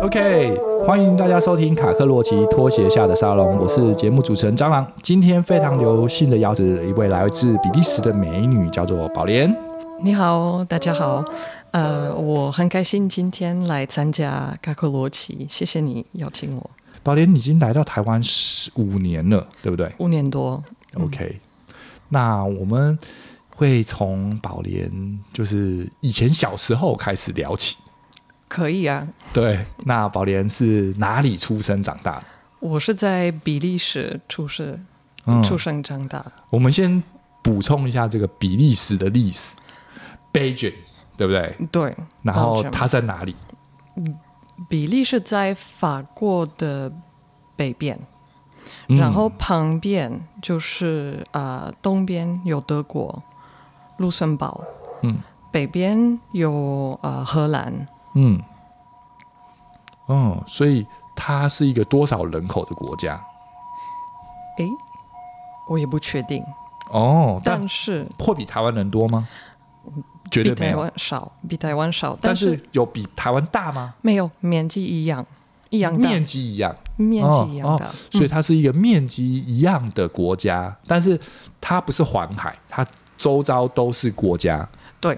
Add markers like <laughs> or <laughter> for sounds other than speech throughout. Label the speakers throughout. Speaker 1: OK，欢迎大家收听卡克洛奇拖鞋下的沙龙，我是节目主持人蟑螂。今天非常有幸的邀请了一位来自比利时的美女，叫做宝莲。
Speaker 2: 你好，大家好，呃，我很开心今天来参加卡克罗奇，谢谢你邀请我，
Speaker 1: 宝莲已经来到台湾十五年了，对不对
Speaker 2: 五年多，
Speaker 1: ？OK，那我们会从宝莲就是以前小时候开始聊起。
Speaker 2: 可以啊。
Speaker 1: 对，那宝莲是哪里出生长大的？
Speaker 2: 我是在比利时出世、
Speaker 1: 嗯
Speaker 2: 出生长大，
Speaker 1: 我们先补充一下这个比利时的历史，Belgium，对不对？
Speaker 2: 对。
Speaker 1: 然后
Speaker 2: Belgium
Speaker 1: 它在哪里？
Speaker 2: 比利是在法国的北边，
Speaker 1: 嗯
Speaker 2: 然后旁边就是啊、呃东边有德国、卢森堡，
Speaker 1: 嗯，
Speaker 2: 北边有啊、呃荷兰，
Speaker 1: 嗯，哦，所以它是一个多少人口的国家？
Speaker 2: 诶，我也不确定，
Speaker 1: 哦，但
Speaker 2: 但是
Speaker 1: 会比台湾人多吗？绝对
Speaker 2: 比
Speaker 1: 没
Speaker 2: 台
Speaker 1: 有。
Speaker 2: 湾少，比台湾少，
Speaker 1: 但
Speaker 2: 但
Speaker 1: 是有比台湾大吗？
Speaker 2: 没有面积一样，一样大，
Speaker 1: 面积一样，
Speaker 2: 面
Speaker 1: 哦
Speaker 2: 积一样大，
Speaker 1: 哦，所以它是一个面积一样的国家，但是它不是环海，它周遭都是国家。
Speaker 2: 对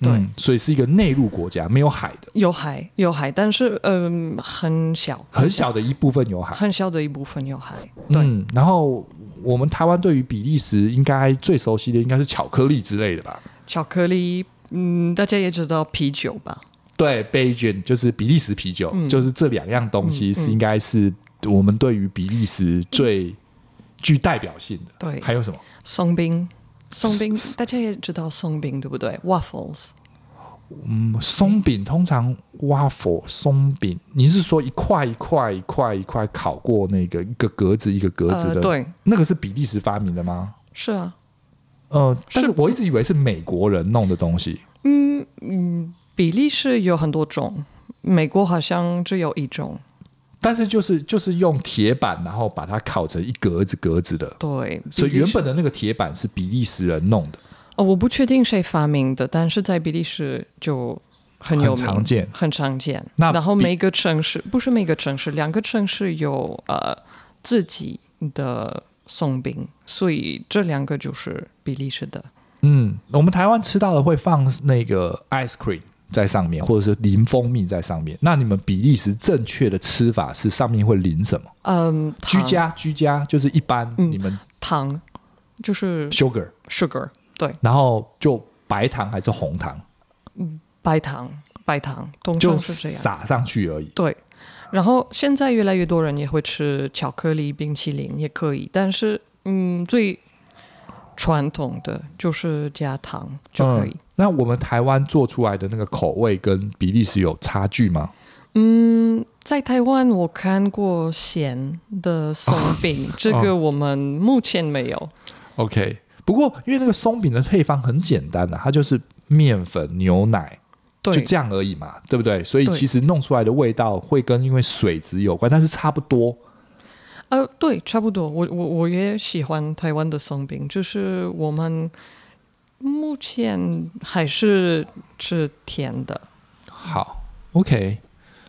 Speaker 2: 对
Speaker 1: 嗯所以是一个内陆国家，没有海的，
Speaker 2: 有海有海，但是嗯、很小
Speaker 1: 很小的一部分有海。
Speaker 2: 很小的一部分有海，对，
Speaker 1: 嗯，然后我们台湾对于比利时应该最熟悉的应该是巧克力之类的吧？
Speaker 2: 巧克力，嗯，大家也知道啤酒吧？
Speaker 1: 对 b e l g i 就是比利时啤酒，
Speaker 2: 嗯
Speaker 1: 就是这两样东西是应该是我们对于比利时最具代表性的。
Speaker 2: 对
Speaker 1: 还有什么
Speaker 2: 松饼，松
Speaker 1: <laughs>
Speaker 2: 饼，大家也知道松饼对不对？Waffles，
Speaker 1: 嗯松饼？通常 waffle 松饼，你是说一块一块一块一块烤过那个一个格子一个格子
Speaker 2: 呃，
Speaker 1: 的？，
Speaker 2: 对，
Speaker 1: 那个是比利时发明的吗？
Speaker 2: 是啊，
Speaker 1: 呃，但是我一直以为是美国人弄的东西。
Speaker 2: 嗯嗯，比利时有很多种，美国好像只有一种，
Speaker 1: 但是就是就是用铁板，然后把它烤成一格子格子的，
Speaker 2: 对，
Speaker 1: 所以
Speaker 2: 比利
Speaker 1: 原
Speaker 2: 时
Speaker 1: 本的那个铁板是比利时人弄的。
Speaker 2: 哦，我不确定谁发明的，但是在比利时就很有
Speaker 1: 很
Speaker 2: 名
Speaker 1: 常见
Speaker 2: 很常见。
Speaker 1: 那
Speaker 2: 然后
Speaker 1: 比
Speaker 2: 每个城市不是每个城市，两个城市有呃自己的松饼，所以这两个就是比利时的。
Speaker 1: 嗯，我们台湾吃到的会放那个 ice cream 在上面，或者是淋蜂蜜在上面。那你们比利时正确的吃法是上面会淋什么？
Speaker 2: 嗯，
Speaker 1: 居
Speaker 2: 糖
Speaker 1: 家居家就是一般
Speaker 2: 嗯
Speaker 1: 你们
Speaker 2: 糖就是
Speaker 1: sugar，
Speaker 2: sugar，对，
Speaker 1: 然后就白糖还是红糖，
Speaker 2: 白糖白糖，通
Speaker 1: 就
Speaker 2: 常是这样。
Speaker 1: 撒上去而已。
Speaker 2: 对，然后现在越来越多人也会吃巧克力冰淇淋，也可以，但是嗯，最传统的就是加糖就可以
Speaker 1: 嗯。那我们台湾做出来的那个口味跟比利时有差距吗？
Speaker 2: 嗯在台湾我看过咸的松饼，这个我们目前没有。
Speaker 1: OK，不过因为那个松饼的配方很简单的、啊它就是面粉、牛奶，就
Speaker 2: 对
Speaker 1: 这样而已嘛，对不对？所以
Speaker 2: 对
Speaker 1: 其实弄出来的味道会跟因为水质有关，但是差不多。
Speaker 2: 呃，对，差不多。我我我也喜欢台湾的松饼，就是我们目前还是吃甜的。
Speaker 1: 好，OK，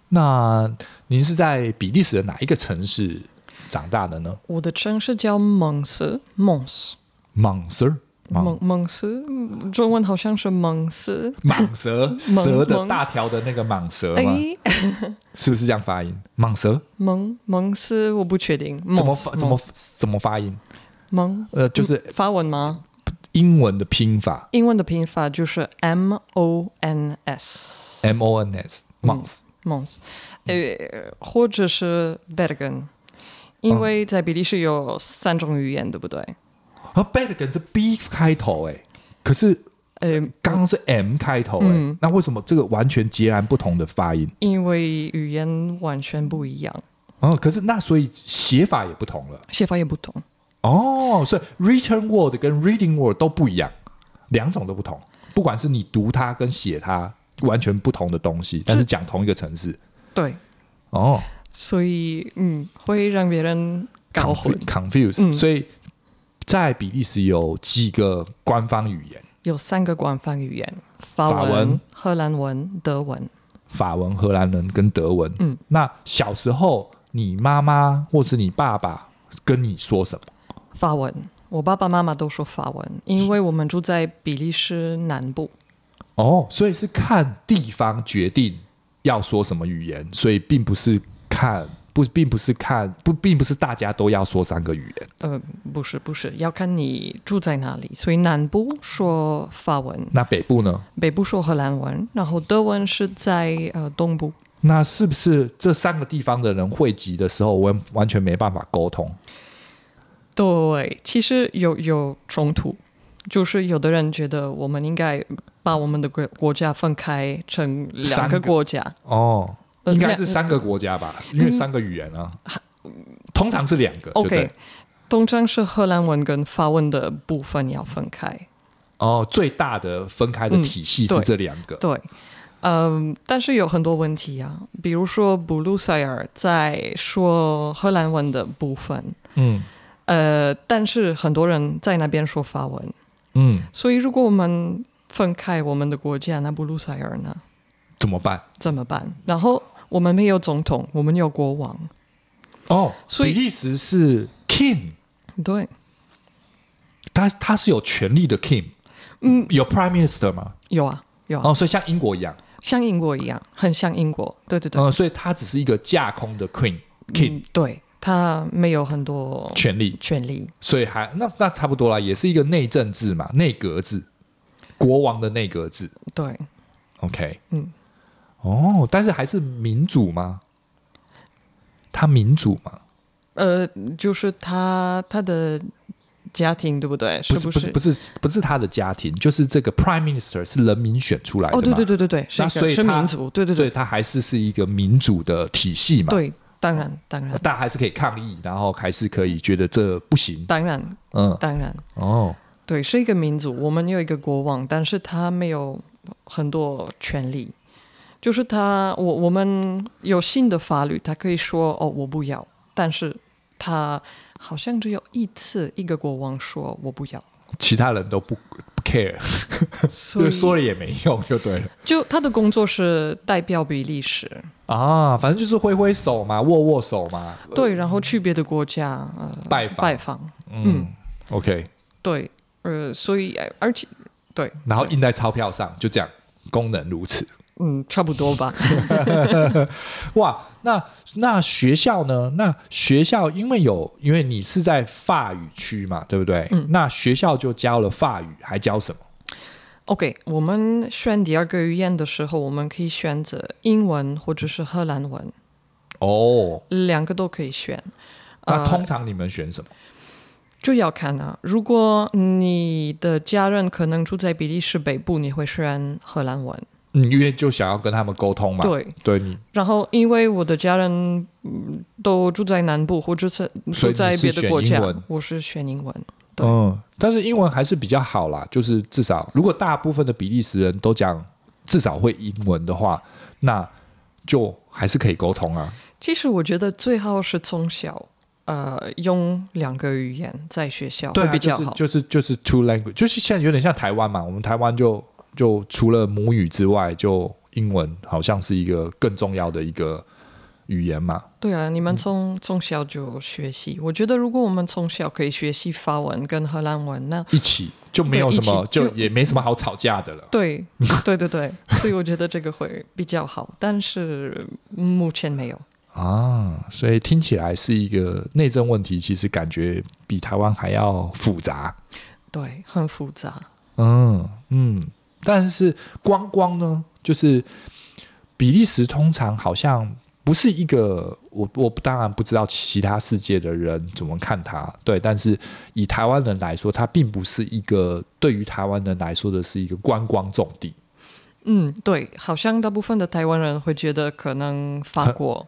Speaker 1: 那您是在比利时的哪一个城市长大的呢
Speaker 2: 我的城市叫蒙斯，蒙斯。
Speaker 1: 蟒蛇，
Speaker 2: 蒙蒙斯，嗯中文好像是蒙斯。
Speaker 1: 蟒蛇，
Speaker 2: 蟒
Speaker 1: 蛇的
Speaker 2: 蟒
Speaker 1: 大条的那个蟒蛇吗？
Speaker 2: 哎， <laughs>
Speaker 1: 是不是这样发音？蟒蛇
Speaker 2: 蒙蒙斯，我不确定。
Speaker 1: 怎么发
Speaker 2: 蒙斯
Speaker 1: 怎么
Speaker 2: 蒙斯
Speaker 1: 怎么发音？
Speaker 2: 蒙？
Speaker 1: 呃，就是
Speaker 2: 法文吗？
Speaker 1: 英文的拼法
Speaker 2: 英文的拼法就是 M O N S
Speaker 1: M O N S，蟒
Speaker 2: 嗯
Speaker 1: 蛇。
Speaker 2: 蒙斯，呃，或者是 Bergen，因为在比利时有三种语言，对不对？
Speaker 1: 而 Bergen 啊是 B 开头哎、可是
Speaker 2: 呃，
Speaker 1: 刚刚是 M 开头哎、
Speaker 2: 嗯
Speaker 1: 那为什么这个完全截然不同的发音？
Speaker 2: 因为语言完全不一样，
Speaker 1: 哦，可是那所以写法也不同了。
Speaker 2: 写法也不同。
Speaker 1: 哦，所以 written word 跟 reading word 都不一样，两种都不同。不管是你读它跟写它，完全不同的东西，但是讲同一个城市。
Speaker 2: 对，
Speaker 1: 哦
Speaker 2: 所以嗯，会让别人搞混。
Speaker 1: ，confuse，、
Speaker 2: 嗯
Speaker 1: 所以在比利时有几个官方语言：
Speaker 2: 有三个官方语言：法
Speaker 1: 法文
Speaker 2: 荷兰文、德文。
Speaker 1: 法文、荷兰文跟德文。
Speaker 2: 嗯，
Speaker 1: 那小时候你妈妈或是你爸爸跟你说什么？
Speaker 2: 法文，我爸爸妈妈都说法文，因为我们住在比利时南部。
Speaker 1: 哦，所以是看地方决定要说什么语言，所以并不是看不，并不是看不，并不是大家都要说三个语言。
Speaker 2: 呃，不是不是，要看你住在哪里。所以南部说法文，
Speaker 1: 那北部呢？
Speaker 2: 北部说荷兰文，然后德文是在呃东部。
Speaker 1: 那是不是这三个地方的人汇集的时候，我完完全没办法沟通？
Speaker 2: 对，其实有有冲突，就是有的人觉得我们应该把我们的国国家分开成两
Speaker 1: 三
Speaker 2: 个
Speaker 1: 个
Speaker 2: 国家，
Speaker 1: 哦，
Speaker 2: 呃
Speaker 1: 应该是
Speaker 2: 两
Speaker 1: 三个国家吧，因为三个语言啊，通常是两个。对不对
Speaker 2: OK，通常是荷兰文跟法文的部分要分开。
Speaker 1: 哦，最大的分开的体系是
Speaker 2: 对
Speaker 1: 这两个。
Speaker 2: 对，嗯，但是有很多问题啊，比如说布鲁塞尔在说荷兰文的部分，
Speaker 1: 嗯
Speaker 2: 呃，但是很多人在那边说法文，
Speaker 1: 嗯，
Speaker 2: 所以如果我们分开我们的国家，那布鲁塞尔呢
Speaker 1: 怎么办？
Speaker 2: 怎么办？然后我们没有总统，我们有国王，
Speaker 1: 哦，
Speaker 2: 所以
Speaker 1: 比利时是 king，
Speaker 2: 对，
Speaker 1: 他他是有权力的 king，
Speaker 2: 嗯，
Speaker 1: 有 prime minister 吗？
Speaker 2: 有啊有啊，
Speaker 1: 哦，所以像英国一样，
Speaker 2: 像英国一样，很像英国，对对对，
Speaker 1: 呃，所以他只是一个架空的 queen king
Speaker 2: 嗯，对，他没有很多
Speaker 1: 权力，
Speaker 2: 权利，
Speaker 1: 所以还那那差不多啦，也是一个内政制嘛，内阁制，国王的内阁制。
Speaker 2: 对，
Speaker 1: OK，
Speaker 2: 嗯，
Speaker 1: 哦，但是还是民主吗？他民主吗？
Speaker 2: 呃，就是他他的家庭对不对？是
Speaker 1: 不是
Speaker 2: 是？
Speaker 1: 不是不是不是他的家庭，就是这个 prime minister 是人民选出来的嘛
Speaker 2: 哦，对对对对对，是
Speaker 1: 那
Speaker 2: 一
Speaker 1: 所
Speaker 2: 个
Speaker 1: 以
Speaker 2: 是
Speaker 1: 他
Speaker 2: 民族，对对
Speaker 1: 所以
Speaker 2: 对
Speaker 1: 他还是是一个民主的体系嘛，
Speaker 2: 对，当然当然
Speaker 1: 大家还是可以抗议，然后还是可以觉得这不行，
Speaker 2: 当然
Speaker 1: 嗯，
Speaker 2: 当然，
Speaker 1: 哦。
Speaker 2: 对，是一个民族，我们有一个国王，但是他没有很多权利，就是他我我们有新的法律，他可以说哦我不要，但是他好像只有一次一个国王说我不要，
Speaker 1: 其他人都不不 care，<laughs>
Speaker 2: 所
Speaker 1: 就
Speaker 2: 以
Speaker 1: 是说了也没用，就对了
Speaker 2: 就他的工作是代表比利时。
Speaker 1: 啊。反正就是挥挥手嘛，握握手嘛。
Speaker 2: 对，然后去别的国家呃
Speaker 1: 呃拜访
Speaker 2: 拜访，
Speaker 1: 嗯，OK，
Speaker 2: 对，呃，所以呃而且对，
Speaker 1: 然后印在钞票上，就这样，功能如此。
Speaker 2: 嗯，差不多吧， <laughs>
Speaker 1: 哇，那那学校呢？那学校因为有，因为你是在法语区嘛，对不对？
Speaker 2: 嗯
Speaker 1: 那学校就教了法语，还教什么？
Speaker 2: OK，我们选第二个语言的时候，我们可以选择英文或者是荷兰文，
Speaker 1: 哦，
Speaker 2: 两个都可以选。呃
Speaker 1: 那通常你们选什么？
Speaker 2: 就要看啊，如果你的家人可能住在比利时北部，你会选荷兰文。
Speaker 1: 嗯，因为就想要跟他们沟通嘛。，
Speaker 2: 对，
Speaker 1: 对你，
Speaker 2: 然后因为我的家人嗯都住在南部，或者是
Speaker 1: 所以
Speaker 2: 住
Speaker 1: 你
Speaker 2: 在
Speaker 1: 是
Speaker 2: 别的
Speaker 1: 选
Speaker 2: 国家
Speaker 1: 英文，
Speaker 2: 我是选英文。对
Speaker 1: 嗯，但是英文还是比较好啦，就是至少如果大部分的比利时人都讲至少会英文的话，那就还是可以沟通啊。
Speaker 2: 其实我觉得最好是从小呃用两个语言在学校
Speaker 1: 对
Speaker 2: 会
Speaker 1: 啊，
Speaker 2: 比较
Speaker 1: 就是
Speaker 2: 好。
Speaker 1: 就是就是 two language，就是现在有点像台湾嘛，我们台湾就就除了母语之外，就英文好像是一个更重要的一个语言嘛。
Speaker 2: 对啊，
Speaker 1: 嗯
Speaker 2: 你们从、从小就学习。我觉得如果我们从小可以学习法文跟荷兰文，那
Speaker 1: 一起就没有
Speaker 2: 对
Speaker 1: 什么，
Speaker 2: 一起
Speaker 1: 就
Speaker 2: 就
Speaker 1: 也没什么好吵架的了。 <laughs>
Speaker 2: 对对对对，所以我觉得这个会比较好。但是嗯目前没有，
Speaker 1: 啊，所以听起来是一个内政问题，其实感觉比台湾还要复杂。
Speaker 2: 对，很复杂。
Speaker 1: 嗯嗯，但是光光呢，就是比利时通常好像不是一个，我我当然不知道其他世界的人怎么看它，对，但是以台湾人来说，它并不是一个对于台湾人来说的是一个观光重地，
Speaker 2: 嗯，对，好像大部分的台湾人会觉得可能法国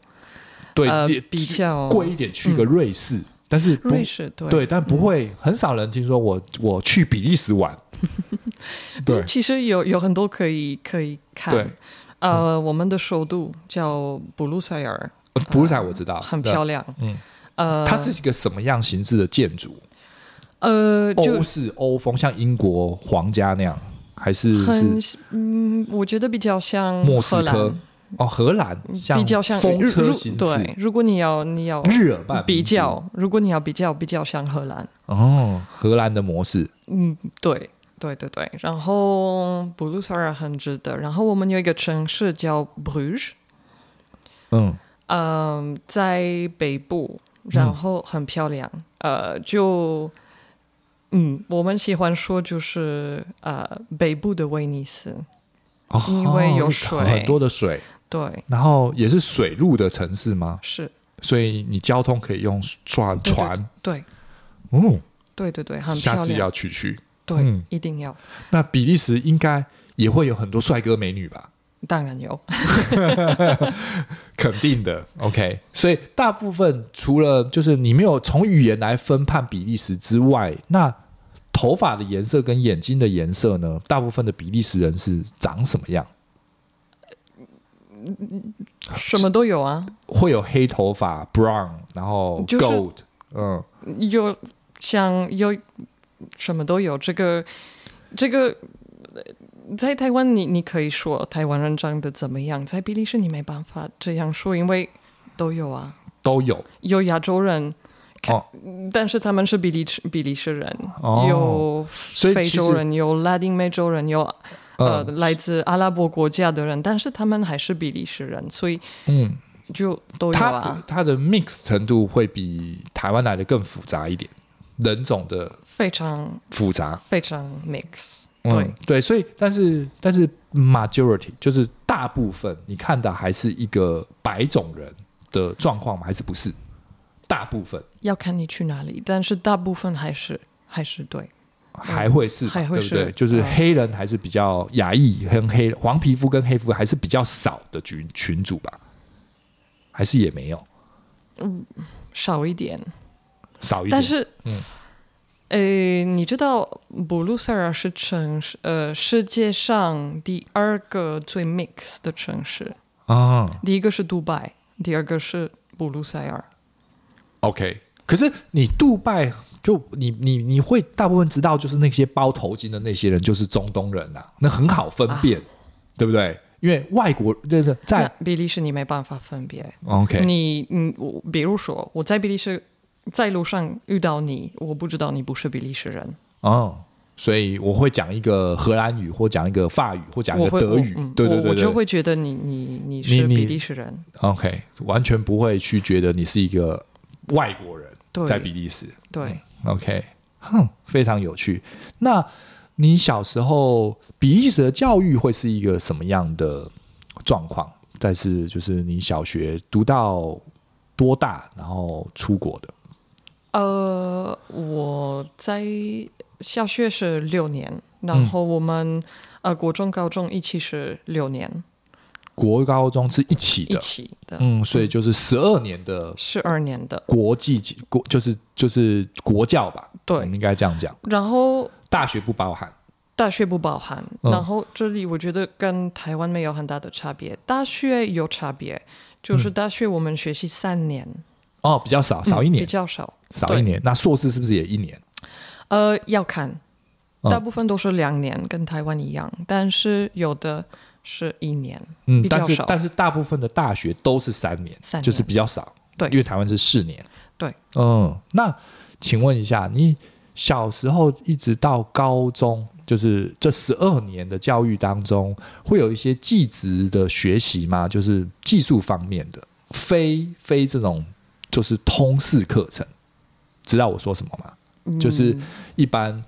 Speaker 1: 对，
Speaker 2: 呃
Speaker 1: 也
Speaker 2: 比较嗯
Speaker 1: 贵一点去个瑞士。但是不
Speaker 2: 瑞士对
Speaker 1: 对，但不会很少人听说我我去比利时
Speaker 2: <laughs>
Speaker 1: 玩，对
Speaker 2: 其实有有很多可以可以看。
Speaker 1: 对，嗯
Speaker 2: 呃，我们的首都叫布鲁塞尔，
Speaker 1: 呃布鲁塞尔我知道，
Speaker 2: 很
Speaker 1: 对
Speaker 2: 漂亮。
Speaker 1: 嗯，
Speaker 2: 呃，
Speaker 1: 它是一个什么样形制的建筑？
Speaker 2: 呃，就
Speaker 1: 欧式欧风，像英国皇家那样，还是
Speaker 2: 很
Speaker 1: 是
Speaker 2: 嗯，我觉得比较像
Speaker 1: 莫
Speaker 2: 荷
Speaker 1: 斯
Speaker 2: 兰
Speaker 1: 科？哦，荷兰像
Speaker 2: 比较像
Speaker 1: 风
Speaker 2: 日
Speaker 1: 车
Speaker 2: 如
Speaker 1: 形
Speaker 2: 对
Speaker 1: 式，，
Speaker 2: 如果你要你要
Speaker 1: 日耳曼民族
Speaker 2: 比较，如果你要比较，比较像荷兰。
Speaker 1: 哦，荷兰的模式，
Speaker 2: 嗯，对对对对。然后布鲁塞尔很值得。然后我们有一个城市叫 Bruges，
Speaker 1: 嗯
Speaker 2: 嗯、在北部，然后很漂亮。呃，就嗯，我们喜欢说就是呃北部的威尼斯，
Speaker 1: 哦，
Speaker 2: 因为有水
Speaker 1: 很多的水，
Speaker 2: 对，
Speaker 1: 然后也是水路的城市吗？
Speaker 2: 是，
Speaker 1: 所以你交通可以用船
Speaker 2: 对
Speaker 1: 船，
Speaker 2: 对
Speaker 1: 哦，
Speaker 2: 对对对，很
Speaker 1: 下
Speaker 2: 漂
Speaker 1: 次
Speaker 2: 亮，
Speaker 1: 要去去。
Speaker 2: 对，
Speaker 1: 嗯
Speaker 2: 一定要，
Speaker 1: 那比利时应该也会有很多帅哥美女吧？
Speaker 2: 当然
Speaker 1: <laughs>
Speaker 2: 有。
Speaker 1: 啊肯定的，OK。所以大部分除了就是你没有从语言来分判比利时之外，那头发的颜色跟眼睛的颜色呢？大部分的比利时人是长什么样？
Speaker 2: 什么都有啊，
Speaker 1: 会有黑头发 （brown），然后
Speaker 2: 就是
Speaker 1: gold，嗯，
Speaker 2: 有像有什么都有。这个这个呃在台湾你你可以说台湾人长得怎么样，在比利时你没办法这样说，因为都有啊，
Speaker 1: 都有。
Speaker 2: 有亚洲人。
Speaker 1: 哦
Speaker 2: 但是他们是比利时比利时人，
Speaker 1: 哦
Speaker 2: 有
Speaker 1: 所以
Speaker 2: 非
Speaker 1: 其
Speaker 2: 洲
Speaker 1: 实
Speaker 2: 人，有拉丁美洲人，有呃、
Speaker 1: 嗯
Speaker 2: 来自阿拉伯国家的人，但是他们还是比利时人，所以
Speaker 1: 嗯，
Speaker 2: 就都有
Speaker 1: 它
Speaker 2: 啊，
Speaker 1: 它的 mix 程度会比台湾来的更复杂一点，人种的
Speaker 2: 非常
Speaker 1: 复杂。
Speaker 2: 非常 mix，对，
Speaker 1: 嗯，对，所以但是但是 majority 就是大部分你看到还是一个白种人的状况吗？还是不是？大部分
Speaker 2: 要看你去哪里，但是大部分还是还是对，
Speaker 1: 还会是吧、
Speaker 2: 嗯还会
Speaker 1: 对不对？
Speaker 2: 是
Speaker 1: 就是
Speaker 2: 嗯
Speaker 1: 黑人还是比较亚裔跟黑黄皮肤跟黑肤还是比较少的群群组吧，还是也没有
Speaker 2: 少一点。
Speaker 1: 少一点。
Speaker 2: 但是，
Speaker 1: 嗯
Speaker 2: 诶，你知道布鲁塞尔是城市，呃，世界上第二个最 mix 的城市，
Speaker 1: 啊、
Speaker 2: 第一个是杜拜，第二个是布鲁塞尔。
Speaker 1: o k 可是你杜拜就你你你会大部分知道，就是那些包头巾的那些人就是中东人呐、啊那很好分辨，
Speaker 2: 啊
Speaker 1: 对不对？因为外国对对，
Speaker 2: 那
Speaker 1: 在
Speaker 2: 比利时你没办法分别，
Speaker 1: OK
Speaker 2: 你你我，比如说我在比利时在路上遇到你，我不知道你不是比利时人，
Speaker 1: 哦，所以我会讲一个荷兰语，或讲一个法语，或讲一
Speaker 2: 我
Speaker 1: 个
Speaker 2: 会
Speaker 1: 啊德
Speaker 2: 我
Speaker 1: 语，
Speaker 2: 嗯
Speaker 1: 对对
Speaker 2: 我
Speaker 1: 对
Speaker 2: 我就
Speaker 1: 对
Speaker 2: 会觉得你你你是
Speaker 1: 你
Speaker 2: 比利时人。
Speaker 1: ，OK，完全不会去觉得你是一个外国人，
Speaker 2: 对
Speaker 1: 在比利时
Speaker 2: 对，
Speaker 1: ，OK，哼，非常有趣。那你小时候比利时的教育会是一个什么样的状况？再是就是你小学读到多大，然后出国的？嗯
Speaker 2: 呃，我在小学是六年，然后我们、
Speaker 1: 嗯
Speaker 2: 呃国中、高中一起是六年，
Speaker 1: 国高中是一起
Speaker 2: 一
Speaker 1: 的，
Speaker 2: 起的，
Speaker 1: 嗯，所以就是十二年的
Speaker 2: 十二年的。
Speaker 1: 国际级国，就是就是国教吧，
Speaker 2: 对
Speaker 1: 我们应该这样讲。
Speaker 2: 然后
Speaker 1: 大学不包含，
Speaker 2: 大学不包含，
Speaker 1: 嗯
Speaker 2: 然后这里我觉得跟台湾没有很大的差别，大学有差别，就是大学我们学习三年，
Speaker 1: 哦，比较少，嗯少一
Speaker 2: 嗯比
Speaker 1: 年，
Speaker 2: 较少，
Speaker 1: 少一年。那硕士是不是也一年？
Speaker 2: 呃，要看，
Speaker 1: 嗯
Speaker 2: 大部分都是两年，跟台湾一样，但是有的是一年，
Speaker 1: 嗯，
Speaker 2: 比较
Speaker 1: 但是
Speaker 2: 少
Speaker 1: 但是大部分的大学都是三年，
Speaker 2: 三年
Speaker 1: 就是比较少。
Speaker 2: 对
Speaker 1: 因为台湾是四年。
Speaker 2: 对，
Speaker 1: 嗯，那请问一下，你小时候一直到高中，就是这十二年的教育当中，会有一些技职的学习吗？就是技术方面的，非非这种就是通识课程，知道我说什么吗？就是一般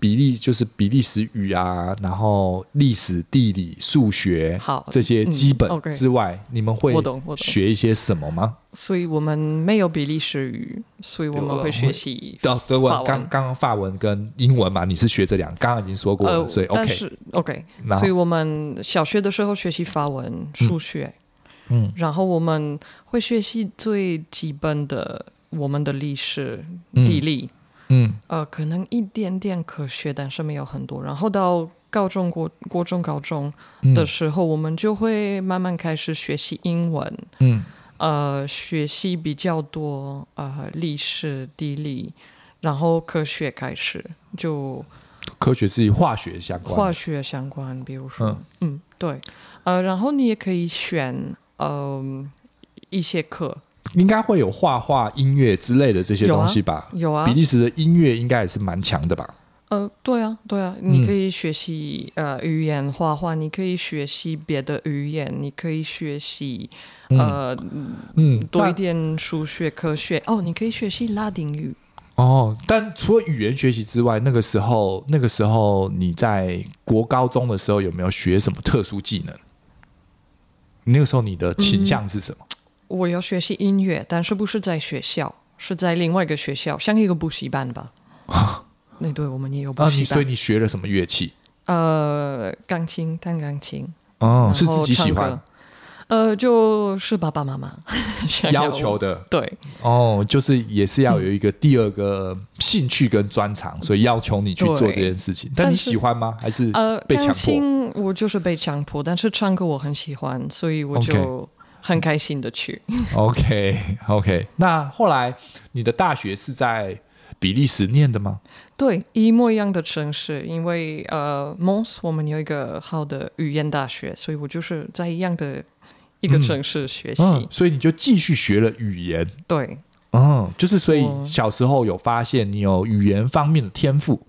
Speaker 1: 比利就是比利时语啊，然后历史、地理、数学
Speaker 2: 好
Speaker 1: 这些基本
Speaker 2: 嗯，OK
Speaker 1: 之外，你们会
Speaker 2: 我懂我懂
Speaker 1: 学一些什么吗？哦
Speaker 2: 所以我们没有比利时语，所以我们会学习。
Speaker 1: 德德文
Speaker 2: 法文
Speaker 1: 刚刚刚法文跟英文嘛，你是学这两，刚刚已经说过了，
Speaker 2: 呃，
Speaker 1: 所以
Speaker 2: 但
Speaker 1: OK，
Speaker 2: 是 OK，
Speaker 1: 然后
Speaker 2: 所以我们小学的时候学习法文、数学，
Speaker 1: 嗯，
Speaker 2: 然后我们会学习最基本的我们的历史、
Speaker 1: 嗯
Speaker 2: 地理，
Speaker 1: 嗯
Speaker 2: 呃，可能一点点可学，但是没有很多。然后到高中国国中、高中
Speaker 1: 嗯
Speaker 2: 的时候，我们就会慢慢开始学习英文，
Speaker 1: 嗯
Speaker 2: 呃，学习比较多呃历史、地理，然后科学开始就
Speaker 1: 科学是与化学相关的，
Speaker 2: 化学相关，比如说，嗯对，呃，然后你也可以选嗯、一些课，
Speaker 1: 应该会有画画、音乐之类的这些东西吧？
Speaker 2: 有啊
Speaker 1: 比，利时的音乐应该也是蛮强的吧？
Speaker 2: 呃，对啊，对啊，你可以学习、呃语言画画，你可以学习别的语言，你可以学习呃、
Speaker 1: 嗯，
Speaker 2: 多一
Speaker 1: 但
Speaker 2: 点数学、科学，哦，你可以学习拉丁语，
Speaker 1: 哦，但除了语言学习之外，那个时候那个时候你在国高中的时候有没有学什么特殊技能？你那个时候你的倾向是什么？
Speaker 2: 我要学习音乐，但是不是在学校，是在另外一个学校，像一个补习
Speaker 1: <laughs>
Speaker 2: 班吧。那对我们也有补
Speaker 1: 啊，
Speaker 2: 嗯习
Speaker 1: 你所以
Speaker 2: 班，
Speaker 1: 你学了什么乐器？
Speaker 2: 呃，钢琴、弹钢琴，
Speaker 1: 哦
Speaker 2: 然，
Speaker 1: 是自
Speaker 2: 后
Speaker 1: 己喜
Speaker 2: 唱
Speaker 1: 欢
Speaker 2: 歌，呃，就是爸爸妈妈想
Speaker 1: 要
Speaker 2: 我
Speaker 1: 求，的
Speaker 2: 对，
Speaker 1: 哦，就是也是要有一个第二个兴趣跟专长，所以要求你去做这件事情。但你
Speaker 2: 但是
Speaker 1: 喜欢吗？还是
Speaker 2: 呃，
Speaker 1: 被强
Speaker 2: 钢
Speaker 1: 迫？
Speaker 2: 琴我就是被强迫，但是唱歌我很喜欢，所以我
Speaker 1: OK
Speaker 2: 就很开心的去。 <laughs>
Speaker 1: OK OK，那后来你的大学是在比利时念的吗？
Speaker 2: 对，一模一样的城市，因为呃，Mons 我们有一个好的语言大学，所以我就是在一样的一个
Speaker 1: 嗯
Speaker 2: 城市学习。
Speaker 1: 嗯，所以你就继续学了语言。
Speaker 2: 对，
Speaker 1: 嗯，就是所以
Speaker 2: 我
Speaker 1: 小时候有发现你有语言方面的天赋。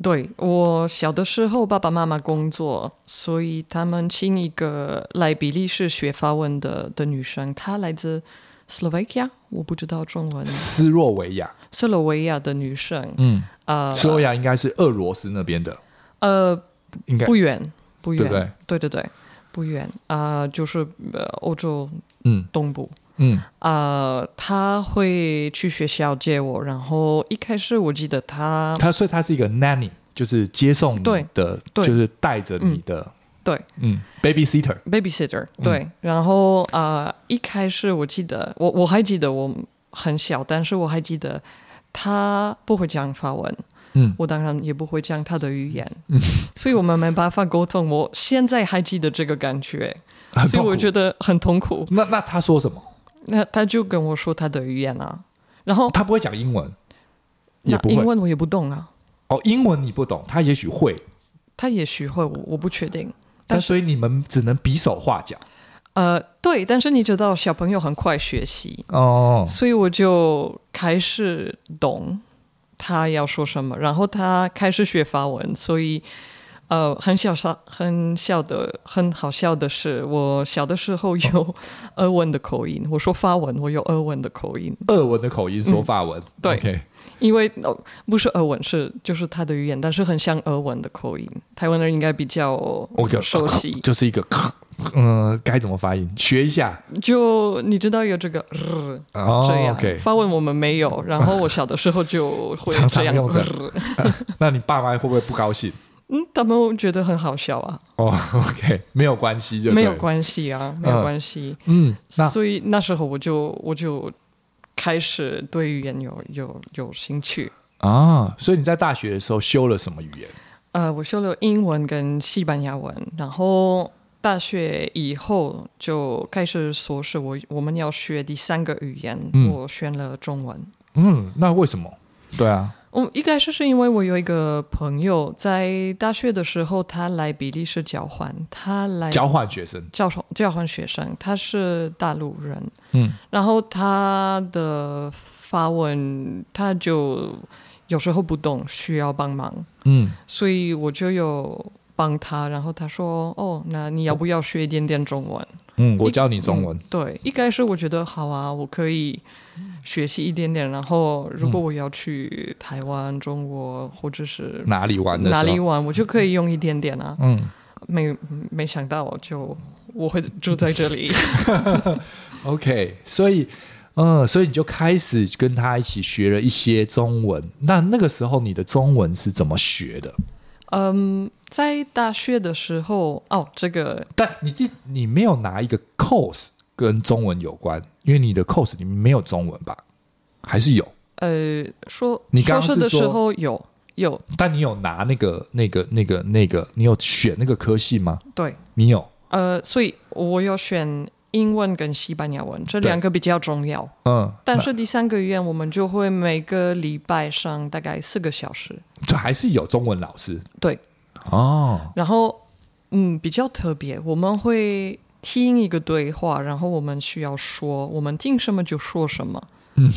Speaker 2: 对我小的时候，爸爸妈妈工作，所以他们请一个来比利时学法文的的女生，她来自 Slovakia，我不知道中文，
Speaker 1: 斯洛维亚，
Speaker 2: 斯洛维亚的女生，
Speaker 1: 嗯，
Speaker 2: 呃
Speaker 1: 斯洛维亚应该是俄罗斯那边的，
Speaker 2: 呃，
Speaker 1: 应该
Speaker 2: 不远，不
Speaker 1: 对
Speaker 2: 远，
Speaker 1: 不对？
Speaker 2: 对对对不远啊、就是呃欧洲
Speaker 1: 嗯
Speaker 2: 东部。
Speaker 1: 嗯
Speaker 2: 啊、他会去学校接我，然后一开始我记得他
Speaker 1: 嗯他所以他是一个 nanny，就是接送你
Speaker 2: 对
Speaker 1: 的，就
Speaker 2: 对
Speaker 1: 是带着你的，
Speaker 2: 对
Speaker 1: 嗯，babysitter，
Speaker 2: babysitter
Speaker 1: 嗯
Speaker 2: 对，然后啊、一开始我记得我我还记得我很小，但是我还记得他不会讲法文，
Speaker 1: 嗯
Speaker 2: 我当然也不会讲他的语言，所以我们没办法沟通。我现在还记得这个感觉，
Speaker 1: 很
Speaker 2: 所以
Speaker 1: 痛苦
Speaker 2: 我觉得很痛苦。
Speaker 1: 那那他说什么？
Speaker 2: 那他就跟我说他的语言啊，然后
Speaker 1: 他不会讲英文，也
Speaker 2: 那
Speaker 1: 不
Speaker 2: 英
Speaker 1: 会
Speaker 2: 文我也不懂啊，
Speaker 1: 哦，英文你不懂，他也许会，
Speaker 2: 他也许会，我我不确定。
Speaker 1: 但
Speaker 2: 但
Speaker 1: 所以你们只能比手画脚
Speaker 2: 呃，对，但是你知道小朋友很快学习，
Speaker 1: 哦。
Speaker 2: 所以我就开始懂他要说什么，然后他开始学法文，所以呃，很小笑，很笑的，很好笑的是，我小的时候有 <laughs> 俄文的口音，我说法文，我有俄文的口音，
Speaker 1: 俄文的口音说法文，
Speaker 2: 对
Speaker 1: OK
Speaker 2: 因为、哦、不是俄文，是就是他的语言，但是很像俄文的口音，台湾人应该比较
Speaker 1: 我个
Speaker 2: 熟悉。
Speaker 1: 就是一个，嗯、该怎么发音？学一下
Speaker 2: 就你知道有这个、呃
Speaker 1: 哦
Speaker 2: 这样、
Speaker 1: OK
Speaker 2: 发问我们没有，然后我小的时候就会
Speaker 1: 常常
Speaker 2: 这样，
Speaker 1: 用的
Speaker 2: 呃
Speaker 1: 那你爸妈会不会不高兴？
Speaker 2: 嗯，他们觉得很好笑啊，
Speaker 1: 哦、o k 没有关系就对
Speaker 2: 没有，关系啊，没有关系。
Speaker 1: 嗯，那
Speaker 2: 所以那时候我就我就开始对语言有有有兴趣。
Speaker 1: 啊，所以你在大学的时候修了什么语言？
Speaker 2: 呃，我修了英文跟西班牙文，然后大学以后就开始硕士，我我们要学第三个语言，
Speaker 1: 嗯
Speaker 2: 我选了中文。
Speaker 1: 嗯，那为什么？对啊，
Speaker 2: 我一开始是因为我有一个朋友在大学的时候，他来比利时交换，他来
Speaker 1: 交换学生，
Speaker 2: 教授交换学生，他是大陆人，
Speaker 1: 嗯
Speaker 2: 然后他的发文他就有时候不懂，需要帮忙，
Speaker 1: 嗯，
Speaker 2: 所以我就有帮他，然后他说：“哦，那你要不要学一点点中文
Speaker 1: 嗯，我教你中文，？”
Speaker 2: 对，一开始我觉得好啊，我可以学习一点点，然后如果我要去台湾、中国或者是
Speaker 1: 哪里玩的时
Speaker 2: 哪
Speaker 1: 候
Speaker 2: 里玩，我就可以用一点点啊。
Speaker 1: 嗯
Speaker 2: 没没想到就我会住在这里。
Speaker 1: ，OK，所以，嗯，所以你就开始跟他一起学了一些中文。那那个时候你的中文是怎么学的？
Speaker 2: 嗯，在大学的时候，哦，这个
Speaker 1: 但你第你没有拿一个 course 跟中文有关，因为你的 course 里面没有中文吧？还是有？
Speaker 2: 呃，说
Speaker 1: 你刚刚
Speaker 2: 硕
Speaker 1: 是
Speaker 2: 士的时
Speaker 1: 说
Speaker 2: 候有有
Speaker 1: 但你有拿那个、那个、那个、那个，你有选那个科系吗？
Speaker 2: 对，
Speaker 1: 你有？
Speaker 2: 呃，所以我有选英文跟西班牙文这
Speaker 1: 对
Speaker 2: 两个比较重要。
Speaker 1: 嗯，
Speaker 2: 但
Speaker 1: 那
Speaker 2: 是第三个月我们就会每个礼拜上大概四个小时，
Speaker 1: 就还是有中文老师
Speaker 2: 对，
Speaker 1: 哦。
Speaker 2: 然后嗯比较特别，我们会听一个对话，然后我们需要说，我们听什么就说什么。
Speaker 1: 嗯，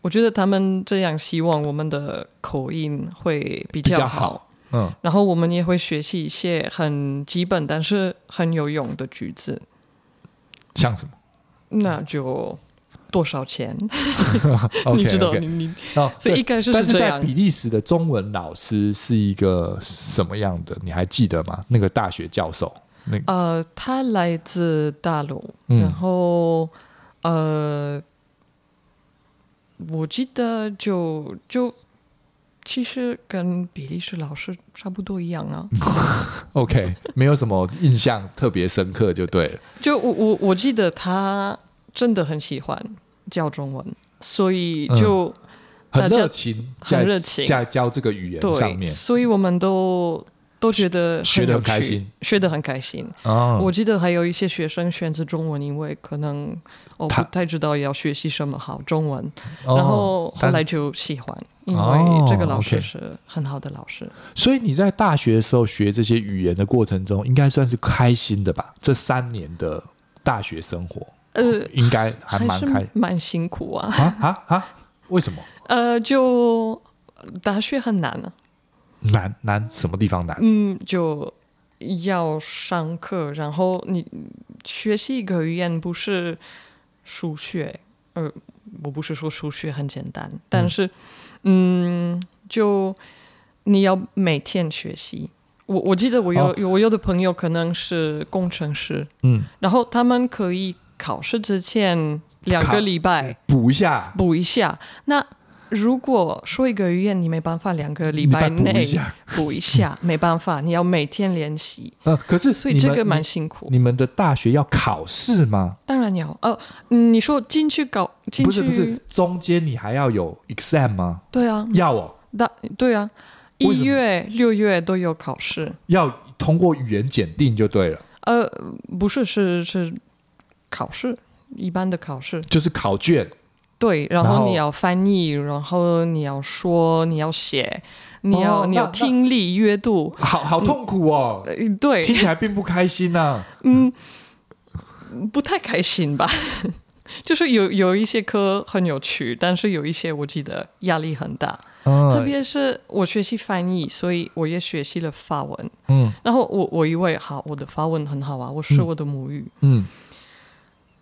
Speaker 2: 我觉得他们这样希望我们的口音会比
Speaker 1: 比
Speaker 2: 较
Speaker 1: 较好嗯，
Speaker 2: 然后我们也会学习一些很基本但是很有用的句子，
Speaker 1: 像
Speaker 2: <laughs>
Speaker 1: 什么？
Speaker 2: 那就多少钱？
Speaker 1: OK，
Speaker 2: 你知道
Speaker 1: OK
Speaker 2: 你你
Speaker 1: 哦，
Speaker 2: 所以
Speaker 1: 对
Speaker 2: 一开始
Speaker 1: 但
Speaker 2: 是
Speaker 1: 是
Speaker 2: 这
Speaker 1: 在
Speaker 2: 样
Speaker 1: 比利时的中文老师是一个什么样的？你还记得吗？那个大学教
Speaker 2: <laughs>
Speaker 1: 授，那个、
Speaker 2: 呃，他来自大陆，
Speaker 1: 嗯
Speaker 2: 然后呃，我记得就就其实跟比利时老师差不多一样啊。
Speaker 1: OK，没有什么印象特别深刻就对了。
Speaker 2: 就我我我记得他真的很喜欢教中文，所以就、
Speaker 1: 很
Speaker 2: 大家
Speaker 1: 热情，
Speaker 2: 很
Speaker 1: 在
Speaker 2: 热情
Speaker 1: 在教这个语言上
Speaker 2: 对，
Speaker 1: 面
Speaker 2: 所以我们都都觉得
Speaker 1: 学得
Speaker 2: 有
Speaker 1: 很开
Speaker 2: 趣
Speaker 1: 心，
Speaker 2: 学得很开心。
Speaker 1: 哦
Speaker 2: 我记得还有一些学生选择中文，因为可能我
Speaker 1: 他
Speaker 2: 不太知道要学习什么好中文，
Speaker 1: 哦
Speaker 2: 然后后
Speaker 1: 但
Speaker 2: 来就喜欢，因
Speaker 1: 哦
Speaker 2: 为这个老师
Speaker 1: ，OK
Speaker 2: 是很好的老师。
Speaker 1: 所以你在大学的时候学这些语言的过程中，应该算是开心的吧？这三年的大学生活，
Speaker 2: 呃，
Speaker 1: 应该还
Speaker 2: 还
Speaker 1: 蛮开
Speaker 2: 是蛮辛苦啊。
Speaker 1: 啊啊啊！为什么
Speaker 2: 呃，就大学很难啊，
Speaker 1: 难难？什么地方难？
Speaker 2: 嗯，就要上课，然后你学习一个语言不是数学，呃，我不是说数学很简单，但是，嗯就你要每天学习。我我记得我有、
Speaker 1: 哦
Speaker 2: 有我有的朋友可能是工程师，
Speaker 1: 嗯，
Speaker 2: 然后他们可以考试之前两
Speaker 1: 考
Speaker 2: 个礼拜
Speaker 1: 补一下，
Speaker 2: 补一下。那如果说一个语言你没办法两个礼拜
Speaker 1: 礼拜补一
Speaker 2: 内
Speaker 1: 下
Speaker 2: 补
Speaker 1: <laughs>
Speaker 2: 一下，没办法，你要每天练习，
Speaker 1: 呃，可是
Speaker 2: 所以
Speaker 1: 你
Speaker 2: 这
Speaker 1: 们
Speaker 2: 个蛮
Speaker 1: 你
Speaker 2: 辛苦。
Speaker 1: 你们的大学要考试吗？
Speaker 2: 当然要哦，嗯你说进去搞进
Speaker 1: 不
Speaker 2: 去
Speaker 1: 是不是，中间你还要有 exam 吗？
Speaker 2: 对啊，
Speaker 1: 要哦，
Speaker 2: 大对啊，
Speaker 1: 为什
Speaker 2: 一
Speaker 1: 么
Speaker 2: 月六月都有考试，
Speaker 1: 要通过语言检定就对了，
Speaker 2: 呃，不是是是考试。一般的考试，
Speaker 1: 就是考卷。
Speaker 2: 对，然
Speaker 1: 然
Speaker 2: 后
Speaker 1: 后
Speaker 2: 你要翻译，然后你要说，你要写，你要、
Speaker 1: 哦
Speaker 2: 你要
Speaker 1: 那那
Speaker 2: 听力、阅读，
Speaker 1: 好好痛苦哦，
Speaker 2: 呃，对，
Speaker 1: 听起来并不开心啊呐、
Speaker 2: 嗯，不太开心吧。 <laughs> 就是有有一些科很有趣，但是有一些我记得压力很大，
Speaker 1: <laughs> 嗯，
Speaker 2: 特别是我学习翻译，所以我也学习了法文。
Speaker 1: 嗯
Speaker 2: 然后我我以为好，我的法文很好啊，我是
Speaker 1: 嗯
Speaker 2: 我的母语。
Speaker 1: 嗯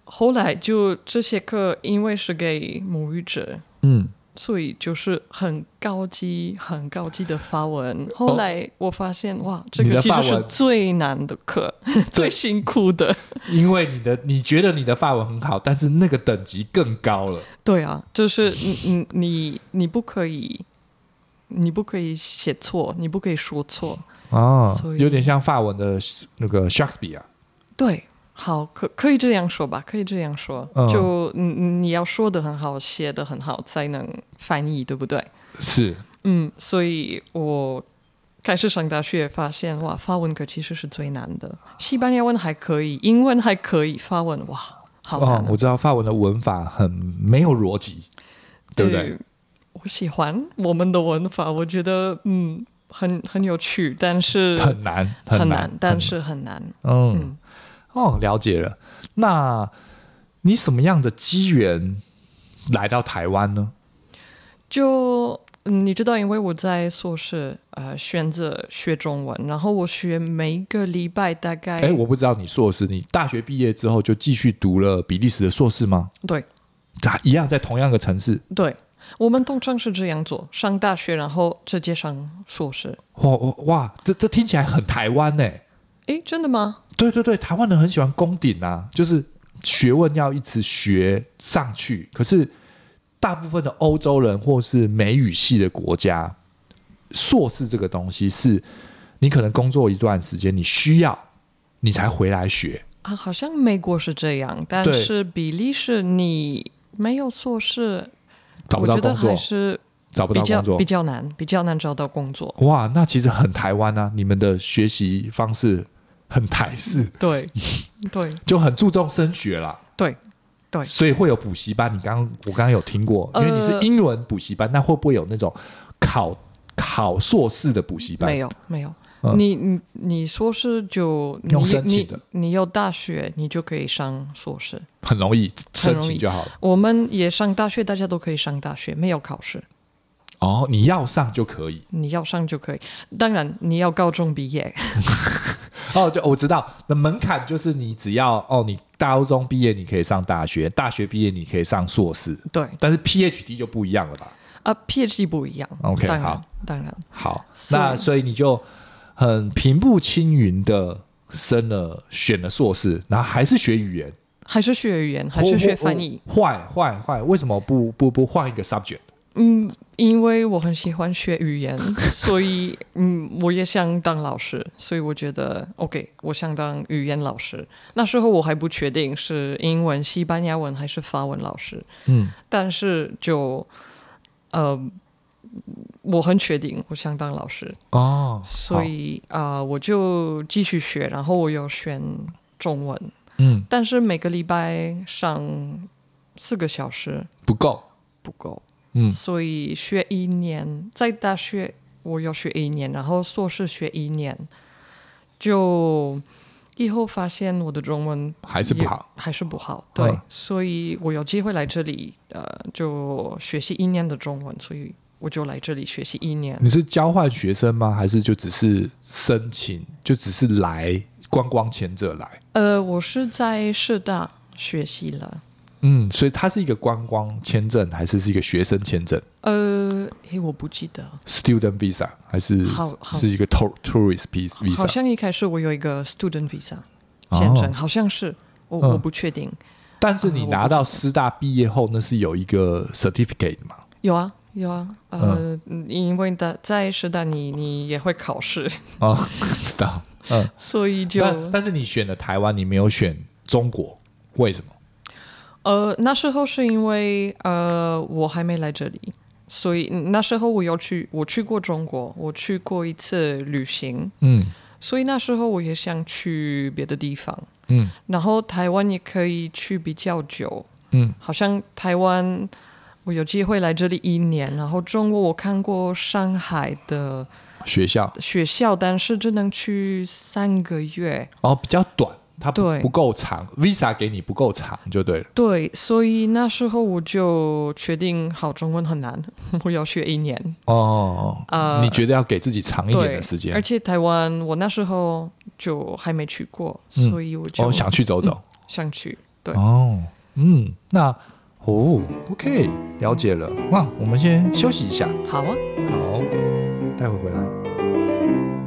Speaker 2: 后来就这些课因为是给母语者，
Speaker 1: 嗯，
Speaker 2: 所以就是很高级、很高级的法文。后来我发现，哇，这
Speaker 1: 你
Speaker 2: 个
Speaker 1: 的
Speaker 2: 其
Speaker 1: 法
Speaker 2: 实是
Speaker 1: 文
Speaker 2: 最难的
Speaker 1: <laughs>
Speaker 2: 课，最辛苦的。
Speaker 1: 因为你的你觉得你的法文很好，但是那个等级更高了。
Speaker 2: 对啊，
Speaker 1: <laughs>
Speaker 2: 就是你你你你不可以，你不可以写错，你不可以说错。
Speaker 1: 哦
Speaker 2: 所以
Speaker 1: 有点像法文的那个 Shakespeare，
Speaker 2: 对，好，可可以这样说吧，可以这样说。
Speaker 1: 嗯
Speaker 2: 就你你你要说的很好，写的很好，才能翻译，对不对？
Speaker 1: 是
Speaker 2: 嗯，所以我开始上大学发现，哇，法文课其实是最难的，西班牙文还可以，英文还可以，法文哇，好难、
Speaker 1: 哦
Speaker 2: 啊，
Speaker 1: 我知道法文的文法很没有逻辑，对不对？？
Speaker 2: 我喜欢我们的文法，我觉得嗯很很有趣，但是
Speaker 1: 很难
Speaker 2: 很
Speaker 1: 难，
Speaker 2: 难，但是很难。
Speaker 1: 嗯哦，了解了。那你什么样的机缘来到台湾呢？
Speaker 2: 就嗯你知道，因为我在硕士呃选择学中文，然后我学每一个礼拜大概
Speaker 1: 哎，我不知道你硕士，你大学毕业之后就继续读了比利时的硕士吗？
Speaker 2: 对
Speaker 1: 啊一样在同样的城市。
Speaker 2: 对，我们通常是这样做：上大学，然后直接上硕士。
Speaker 1: 哇哇哦哇，这这听起来很台湾呢、
Speaker 2: 诶，真的吗？
Speaker 1: 对对对，台湾人很喜欢攻顶啊，就是学问要一直学上去。可是大部分的欧洲人或是美语系的国家，硕士这个东西是你可能工作一段时间，你需要你才回来学。
Speaker 2: 啊，好像美国是这样，但
Speaker 1: 对
Speaker 2: 是比利时你没有硕士，
Speaker 1: 找不到
Speaker 2: 我觉得
Speaker 1: 工作
Speaker 2: 还，是
Speaker 1: 找不
Speaker 2: 比
Speaker 1: 到
Speaker 2: 较
Speaker 1: 工作
Speaker 2: 比，较难，比较难找到工作。
Speaker 1: 哇，那其实很台湾啊！你们的学习方式很台式，
Speaker 2: <laughs> 对，对，
Speaker 1: 就很注重升学啦。
Speaker 2: 对，对
Speaker 1: 所以会有补习班。你刚刚我刚刚有听过，因为你是
Speaker 2: 呃
Speaker 1: 英文补习班，那会不会有那种考考硕士的补习班？
Speaker 2: 没有，没有。
Speaker 1: 嗯
Speaker 2: 你你你硕士就你
Speaker 1: 用申请
Speaker 2: 你
Speaker 1: 的
Speaker 2: 你有大学，你就可以上硕士。
Speaker 1: 很容易
Speaker 2: 很
Speaker 1: 申
Speaker 2: 容易
Speaker 1: 请就好了。
Speaker 2: 我们也上大学，大家都可以上大学，没有考试，
Speaker 1: 哦，你要上就可以。
Speaker 2: 你要上就可以。当然，你要高中毕业， <laughs>
Speaker 1: 哦，就我知道，那门槛就是你只要哦，你高中毕业你可以上大学，大学毕业你可以上硕士，
Speaker 2: 对
Speaker 1: 但是 PhD 就不一样了吧？
Speaker 2: 啊，PhD 不一样。
Speaker 1: OK，
Speaker 2: 当然
Speaker 1: 好，
Speaker 2: 当然，
Speaker 1: 好，
Speaker 2: 所以
Speaker 1: 那所以你就很平步青云的升了，选了硕士，然后还是学语言，
Speaker 2: 还是学语言，还是学翻译。
Speaker 1: 或？或换换换，为什么不不不换一个 subject？
Speaker 2: 嗯，因为我很喜欢学语言，所以嗯，我也想当老师，所以我觉得 OK，我想当语言老师。那时候我还不确定是英文、西班牙文还是法文老师，
Speaker 1: 嗯，
Speaker 2: 但是就呃，我很确定我想当老师，
Speaker 1: 哦，
Speaker 2: 所以啊、呃我就继续学，然后我有选中文，
Speaker 1: 好嗯
Speaker 2: 但是每个礼拜上四个小时
Speaker 1: 不够，
Speaker 2: 不够。
Speaker 1: 嗯
Speaker 2: 所以学一年，在大学我要学一年，然后硕士学一年，就以后发现我的中文
Speaker 1: 还是不好，
Speaker 2: 还是不好，对，
Speaker 1: 嗯
Speaker 2: 所以我有机会来这里，呃，就学习一年的中文，所以我就来这里学习一年。
Speaker 1: 你是交换学生吗？还是就只是申请，就只是来观光前者来？
Speaker 2: 呃，我是在师大学习了，
Speaker 1: 嗯，所以它是一个观光签证，还是是一个学生签证
Speaker 2: 呃，诶，我不记得，
Speaker 1: ？Student visa 还是
Speaker 2: 好好
Speaker 1: 是一个 tour tourist vis-
Speaker 2: 好
Speaker 1: visa？
Speaker 2: 像一开始我有一个 student visa 签证，
Speaker 1: 哦
Speaker 2: 好像是，我、
Speaker 1: 嗯
Speaker 2: 我不确定，
Speaker 1: 但
Speaker 2: 啊
Speaker 1: 是你拿到师大毕业后，那是有一个 certificate 嘛？ <laughs>
Speaker 2: 有啊，有啊，呃，
Speaker 1: 嗯
Speaker 2: 因为的在师大你你也会
Speaker 1: <laughs>
Speaker 2: 考试，
Speaker 1: 哦，知道。嗯，
Speaker 2: 所以就
Speaker 1: 但但是你选了台湾，你没有选中国，为什么？
Speaker 2: 呃那时候是因为呃我还没来这里，所以嗯那时候我有去我去过中国，我去过一次旅行，
Speaker 1: 嗯
Speaker 2: 所以那时候我也想去别的地方，
Speaker 1: 嗯
Speaker 2: 然后台湾也可以去比较久，
Speaker 1: 嗯，
Speaker 2: 好像台湾我有机会来这里一年，然后中国我看过上海的
Speaker 1: 学校
Speaker 2: 学校，但是只能去三个月。
Speaker 1: 哦比较短，它不
Speaker 2: 对
Speaker 1: 不够长，visa 给你不够长就对了。
Speaker 2: 对，所以那时候我就决定，好，中文很难， <laughs> 我要学一年。
Speaker 1: 哦，
Speaker 2: 呃
Speaker 1: 你觉得要给自己嗯长一点
Speaker 2: 对
Speaker 1: 的时，间
Speaker 2: 而，且台湾我那时候就还没去过，
Speaker 1: 嗯
Speaker 2: 所以我就
Speaker 1: 哦，想去走走。
Speaker 2: 想去。对，
Speaker 1: 哦，嗯，那哦，OK，了解了。哇，我们先休息一下，
Speaker 2: 好啊。
Speaker 1: 好，待会回来。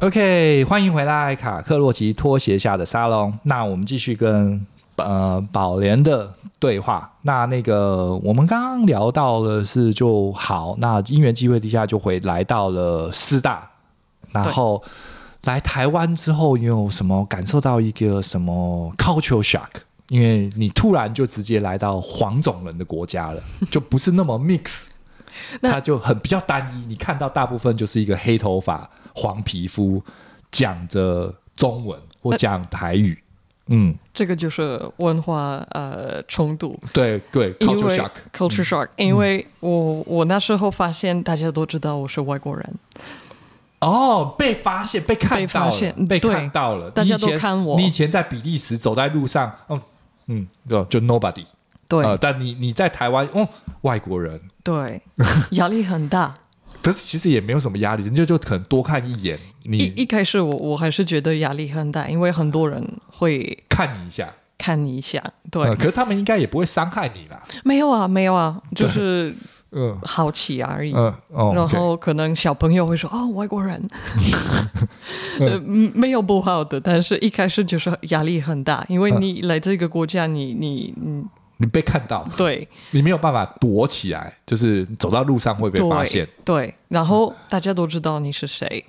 Speaker 1: OK，欢迎回来，卡克洛奇拖鞋下的沙龙。那我们继续跟呃宝莲的对话。那那个我们刚刚聊到了是就好，那因缘机会底下就回来到了师大，然后来台湾之后，你有什么感受到一个什么 culture shock？因为你突然就直接来到黄种人的国家了，就不是那么 mix。
Speaker 2: 那
Speaker 1: 它就很比较单一。你看到大部分就是一个黑头发、黄皮肤，讲着中文或讲台语。嗯，
Speaker 2: 这个就是文化呃冲突，
Speaker 1: 对对
Speaker 2: 因
Speaker 1: ，culture
Speaker 2: 为
Speaker 1: shock。嗯
Speaker 2: culture shock，、因为我我那时候发现大家都知道我是外国人，
Speaker 1: 哦，被发现，被看到了，
Speaker 2: 被发现
Speaker 1: 被
Speaker 2: 对
Speaker 1: 看到了。
Speaker 2: 大
Speaker 1: 你
Speaker 2: 家
Speaker 1: 以前
Speaker 2: 都看我
Speaker 1: 你以前在比利时走在路上，嗯嗯，对，就 nobody。
Speaker 2: 对、
Speaker 1: 呃，但你你在台湾，哦，外国人，
Speaker 2: 对，压力很大。
Speaker 1: 可是其实也没有什么压力，人家就可能多看一眼，
Speaker 2: 一一
Speaker 1: <laughs> 你
Speaker 2: 开始我我还是觉得压力很大，因为很多人会
Speaker 1: 看你一下。
Speaker 2: 看你一下，对，
Speaker 1: 呃，可是他们应该也不会伤害你啦。
Speaker 2: 没有啊，没有啊，就是
Speaker 1: 嗯
Speaker 2: 好奇而已。
Speaker 1: 嗯哦，
Speaker 2: 然
Speaker 1: OK
Speaker 2: 后可能小朋友会说：“哦，外
Speaker 1: <laughs>
Speaker 2: 国人。呃”嗯没有
Speaker 1: 嗯
Speaker 2: 不好的，但是一开始就是压力很大，因为你来这个国家，你你你嗯
Speaker 1: 你被看到，
Speaker 2: 对
Speaker 1: 你没有办法躲起来，就是走到路上会被发现
Speaker 2: 对。对，然后大家都知道你是谁。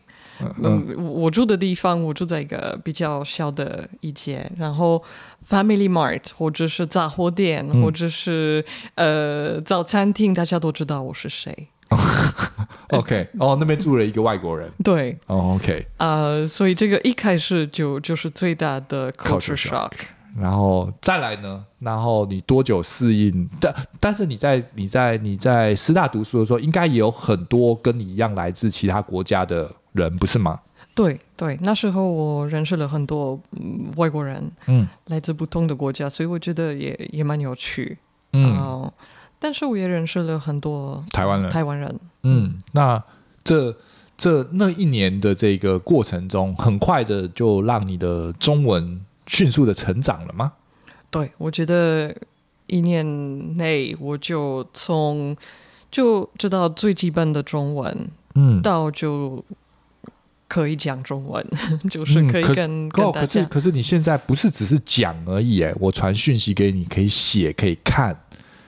Speaker 2: 嗯，我我住的地方，我住在一个比较小的一街，然后 Family Mart 或者是杂货店，
Speaker 1: 嗯
Speaker 2: 或者是呃早餐厅，大家都知道我是谁。
Speaker 1: <laughs> OK，哦，那边住了一个外国人。
Speaker 2: 对，
Speaker 1: 哦，OK，
Speaker 2: 啊，所以这个一开始就就是最大的
Speaker 1: Culture
Speaker 2: culture shock。
Speaker 1: 然后再来呢？然后你多久适应？但但是你在你在你在师大读书的时候，应该也有很多跟你一样来自其他国家的人，不是吗？
Speaker 2: 对对，那时候我认识了很多、嗯、外国人，
Speaker 1: 嗯
Speaker 2: 来自不同的国家，所以我觉得也也蛮有趣。
Speaker 1: 嗯，哦
Speaker 2: 呃但是我也认识了很多
Speaker 1: 台湾人。
Speaker 2: 台湾人。
Speaker 1: 嗯，那这这那一年的这个过程中，很快的就让你的中文迅速的成长了吗？
Speaker 2: 对，我觉得一年内我就从就知道最基本的中文，
Speaker 1: 嗯，
Speaker 2: 到就可以讲中文， <laughs> 就是可以
Speaker 1: 可是
Speaker 2: 跟、
Speaker 1: 哦，
Speaker 2: 跟
Speaker 1: 可
Speaker 2: 大
Speaker 1: 是
Speaker 2: 家。
Speaker 1: 可是你现在不是只是讲而已，哎，我传讯息给你，可以写，可以看，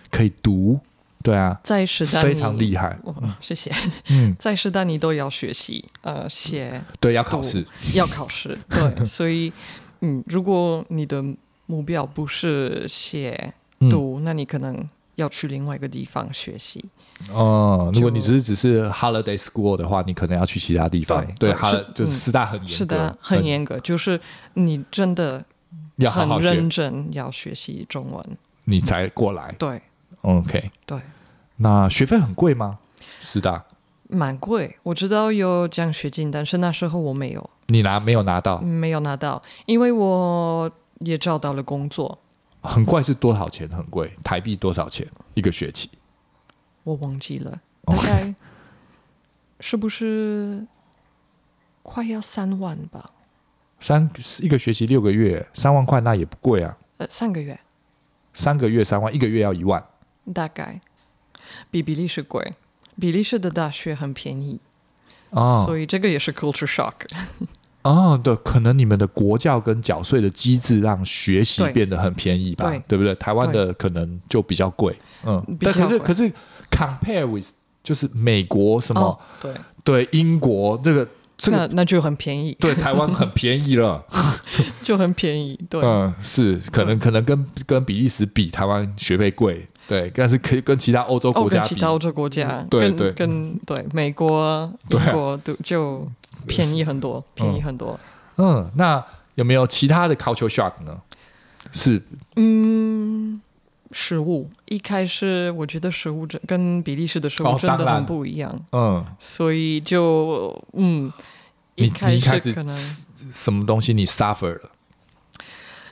Speaker 1: 可以读，对啊，
Speaker 2: 在时代
Speaker 1: 非常厉
Speaker 2: 害。
Speaker 1: 害。
Speaker 2: 哇谢谢。
Speaker 1: 嗯，
Speaker 2: 在师大你都要学习，呃，写
Speaker 1: 对，要考试。
Speaker 2: 要
Speaker 1: <laughs>
Speaker 2: 考试，对，所以，嗯，如果你的目标不是写
Speaker 1: 嗯，
Speaker 2: 读，那你可能要去另外一个地方学习。
Speaker 1: 哦、如果
Speaker 2: 就
Speaker 1: 你只是只是 holiday school 的话，你可能要去其他地方。
Speaker 2: 对
Speaker 1: 对，
Speaker 2: 对
Speaker 1: 哈
Speaker 2: 是，
Speaker 1: 就是
Speaker 2: 嗯
Speaker 1: 师大很严格，
Speaker 2: 是的，很，严格，就是你真的
Speaker 1: 要好好
Speaker 2: 很认
Speaker 1: 学，
Speaker 2: 真要学习中文。
Speaker 1: 你才过来。
Speaker 2: 对
Speaker 1: OK，
Speaker 2: 对，
Speaker 1: 那学费很贵吗？师大，
Speaker 2: 蛮贵，我知道有奖学金，但是那时候我没有，
Speaker 1: 你拿没有拿到？
Speaker 2: 没有拿到，因为我也找到了工作，
Speaker 1: 很贵是多少钱？很贵，台币多少钱一个学期？
Speaker 2: 我忘记了，
Speaker 1: 哦
Speaker 2: 大概是不是快要三万吧？
Speaker 1: 三一个学期六个月，三万块那也不贵啊。
Speaker 2: 呃，三个月
Speaker 1: 三个月三万，一个月要一万。
Speaker 2: 大概，比比利时贵。比利时的大学很便宜，
Speaker 1: 哦
Speaker 2: 所以这个也是 culture shock。
Speaker 1: 哦，对，可能你们的国教跟缴税的机制让学习
Speaker 2: 对
Speaker 1: 变得很便宜吧，
Speaker 2: 对
Speaker 1: 不对？台湾的可能就比较贵，嗯，
Speaker 2: 比
Speaker 1: 但
Speaker 2: 较
Speaker 1: 可是
Speaker 2: 贵
Speaker 1: 可是 compare with 就是美国什么、
Speaker 2: 哦，对，
Speaker 1: 对英国这个这
Speaker 2: 那
Speaker 1: 个
Speaker 2: 那就很便宜，
Speaker 1: 对台湾很便宜了。
Speaker 2: 就很便宜。 <laughs> 对，
Speaker 1: 嗯，是可能可能跟跟比利时比，台湾学费贵，对，但是可以跟其他欧洲
Speaker 2: 哦，
Speaker 1: 国
Speaker 2: 跟
Speaker 1: 家
Speaker 2: 其
Speaker 1: 比，
Speaker 2: 他欧洲国家，
Speaker 1: 对
Speaker 2: 跟
Speaker 1: 对
Speaker 2: 跟对美国、
Speaker 1: 对啊
Speaker 2: 英国都就便宜
Speaker 1: <laughs>
Speaker 2: 很多，便宜很多。
Speaker 1: 嗯，那有没有其他的 culture shock 呢？是
Speaker 2: 嗯，食物一开始我觉得食物真跟比利时的食物
Speaker 1: 哦
Speaker 2: 真
Speaker 1: 当
Speaker 2: 的
Speaker 1: 然
Speaker 2: 很不一样，
Speaker 1: 嗯，
Speaker 2: 所以就嗯，
Speaker 1: 你你
Speaker 2: 开
Speaker 1: 一开
Speaker 2: 始
Speaker 1: 始
Speaker 2: 可能
Speaker 1: 吃什么东西你 suffer 了？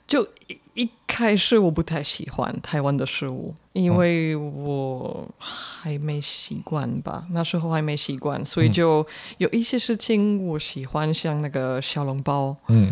Speaker 2: 就一一开始我不太喜欢台湾的食物，
Speaker 1: 嗯
Speaker 2: 因为我还没习惯吧，那时候还没习惯，所
Speaker 1: 嗯
Speaker 2: 以就有一些事情我喜欢，像那个小笼包，
Speaker 1: 嗯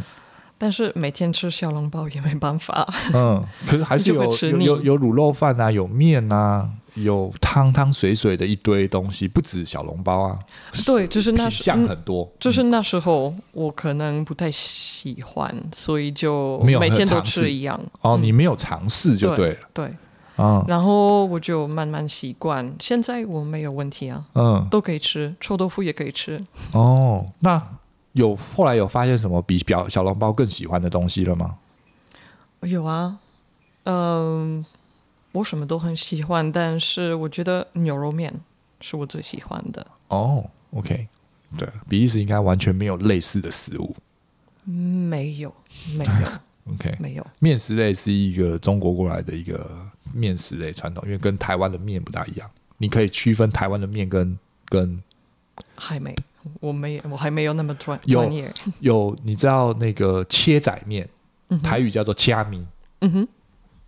Speaker 2: 但是每天吃小笼包也没办法。
Speaker 1: 嗯，可是还是
Speaker 2: 就会
Speaker 1: 有
Speaker 2: 吃
Speaker 1: 有
Speaker 2: 腻
Speaker 1: 有有卤肉饭啊，有面啊，有汤汤水水的一堆东西，不止小笼包啊，
Speaker 2: 对，就是那
Speaker 1: 品
Speaker 2: 时
Speaker 1: 相
Speaker 2: 嗯，
Speaker 1: 很多，
Speaker 2: 就是那时候我可能不太喜欢，所以就
Speaker 1: 没有
Speaker 2: 每天都
Speaker 1: 尝试
Speaker 2: 吃一样。
Speaker 1: 哦，你没有尝试就对
Speaker 2: 对
Speaker 1: 了，
Speaker 2: 对，
Speaker 1: 啊，
Speaker 2: 然后我就慢慢习惯，现在我没有问题啊，
Speaker 1: 嗯，
Speaker 2: 都可以吃，臭豆腐也可以吃。
Speaker 1: 哦，那有后来有发现什么比表小笼包更喜欢的东西了吗？
Speaker 2: 有啊，嗯、我什么都很喜欢，但是我觉得牛肉面是我最喜欢的。
Speaker 1: 哦，OK，对，比利时应该完全没有类似的食物。
Speaker 2: 没有，没
Speaker 1: <laughs>
Speaker 2: 有，
Speaker 1: OK，
Speaker 2: 没有。
Speaker 1: 面食类是一个中国过来的一个面食类传统，因为跟台湾的面不大一样，你可以区分台湾的面跟跟
Speaker 2: 还没，我没，我还没有那么专
Speaker 1: 有
Speaker 2: 专业。
Speaker 1: 有你知道那个切仔面，
Speaker 2: 嗯哼
Speaker 1: 台语叫做掐米，
Speaker 2: 嗯哼，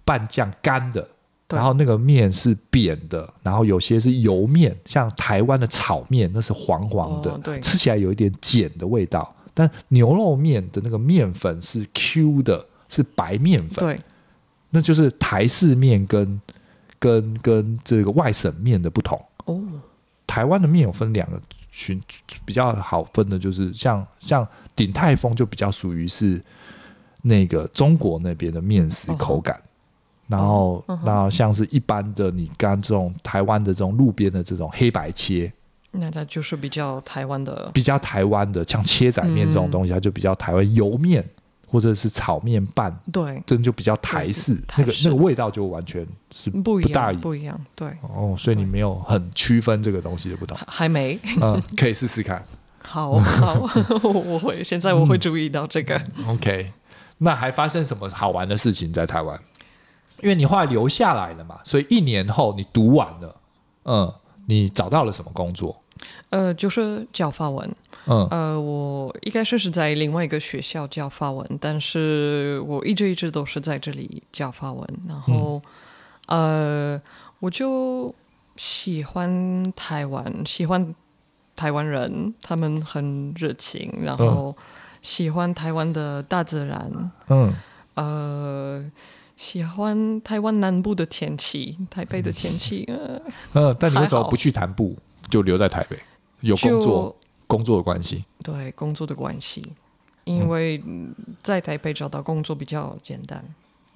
Speaker 1: 拌酱干的。
Speaker 2: 对
Speaker 1: 然后那个面是扁的，然后有些是油面，像台湾的炒面那是黄黄的，
Speaker 2: 哦对
Speaker 1: 吃起来有一点碱的味道。但牛肉面的那个面粉是 Q 的，是白面粉，
Speaker 2: 对
Speaker 1: 那就是台式面跟跟跟这个外省面的不同。
Speaker 2: 哦，
Speaker 1: 台湾的面有分两个群，比较好分的就是像像鼎泰丰就比较属于是那个中国那边的面食口感，然后，
Speaker 2: 嗯嗯哼
Speaker 1: 然后像是一般的你干这种台湾的这种路边的这种黑白切，
Speaker 2: 那它就是比较台湾的，
Speaker 1: 比较台湾的像切仔面这种
Speaker 2: 嗯
Speaker 1: 东西，它就比较台湾油面或者是炒面拌，
Speaker 2: 对，
Speaker 1: 这就比较台式，
Speaker 2: 台
Speaker 1: 那个
Speaker 2: 式
Speaker 1: 那个味道就完全是
Speaker 2: 不一
Speaker 1: 不大
Speaker 2: 样，
Speaker 1: 一
Speaker 2: 不一样，对，
Speaker 1: 哦，所以你没有很区分这个东西的不同
Speaker 2: <laughs> 还，还没，
Speaker 1: 嗯，可以试试看。
Speaker 2: 好好， <laughs> 我会，现在我会注意到这个。
Speaker 1: OK，那还发生什么好玩的事情在台湾？因为你后来留下来了嘛，所以一年后你读完了，嗯，你找到了什么工作？
Speaker 2: 呃，就是教法文。
Speaker 1: 嗯
Speaker 2: 呃，我一开始是在另外一个学校教法文，但是我一直一直都是在这里教法文。然后，
Speaker 1: 嗯
Speaker 2: 呃，我就喜欢台湾，喜欢台湾人，他们很热情，然后喜欢台湾的大自然，
Speaker 1: 嗯，
Speaker 2: 呃。喜欢台湾南部的天气，台北的
Speaker 1: <laughs>
Speaker 2: 天气，呃，
Speaker 1: 嗯，但你为什么
Speaker 2: 还好
Speaker 1: 不去南部，就留在台北？有工作
Speaker 2: 就
Speaker 1: 工作的关系，
Speaker 2: 对工作的关系，因为嗯在台北找到工作比较简单，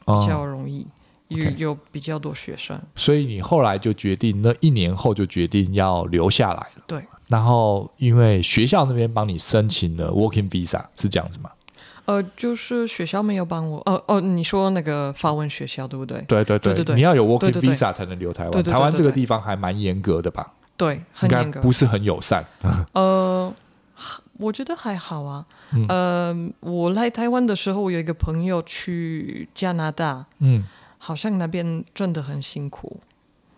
Speaker 2: 比较
Speaker 1: 哦，
Speaker 2: 容易，有
Speaker 1: OK
Speaker 2: 有比较多学生。
Speaker 1: 所以你后来就决定，那一年后就决定要留下来了。
Speaker 2: 对，
Speaker 1: 然后因为学校那边帮你申请了 Working Visa，是这样子吗？
Speaker 2: 呃，就是学校没有帮我，哦哦，你说那个法文学校对不对？
Speaker 1: 对对
Speaker 2: 对对对
Speaker 1: 你要有 Working
Speaker 2: 对对对
Speaker 1: Visa 才能留台湾。
Speaker 2: 对对对
Speaker 1: 台湾这个
Speaker 2: 对对
Speaker 1: 地方还蛮严格的吧？
Speaker 2: 对，
Speaker 1: 应
Speaker 2: 很
Speaker 1: 该
Speaker 2: 严格
Speaker 1: 不。是很友善。
Speaker 2: 呃，我觉得还好啊。
Speaker 1: 嗯
Speaker 2: 呃，我来台湾的时候，我有一个朋友去加拿大，
Speaker 1: 嗯，
Speaker 2: 好像那边真的很辛苦。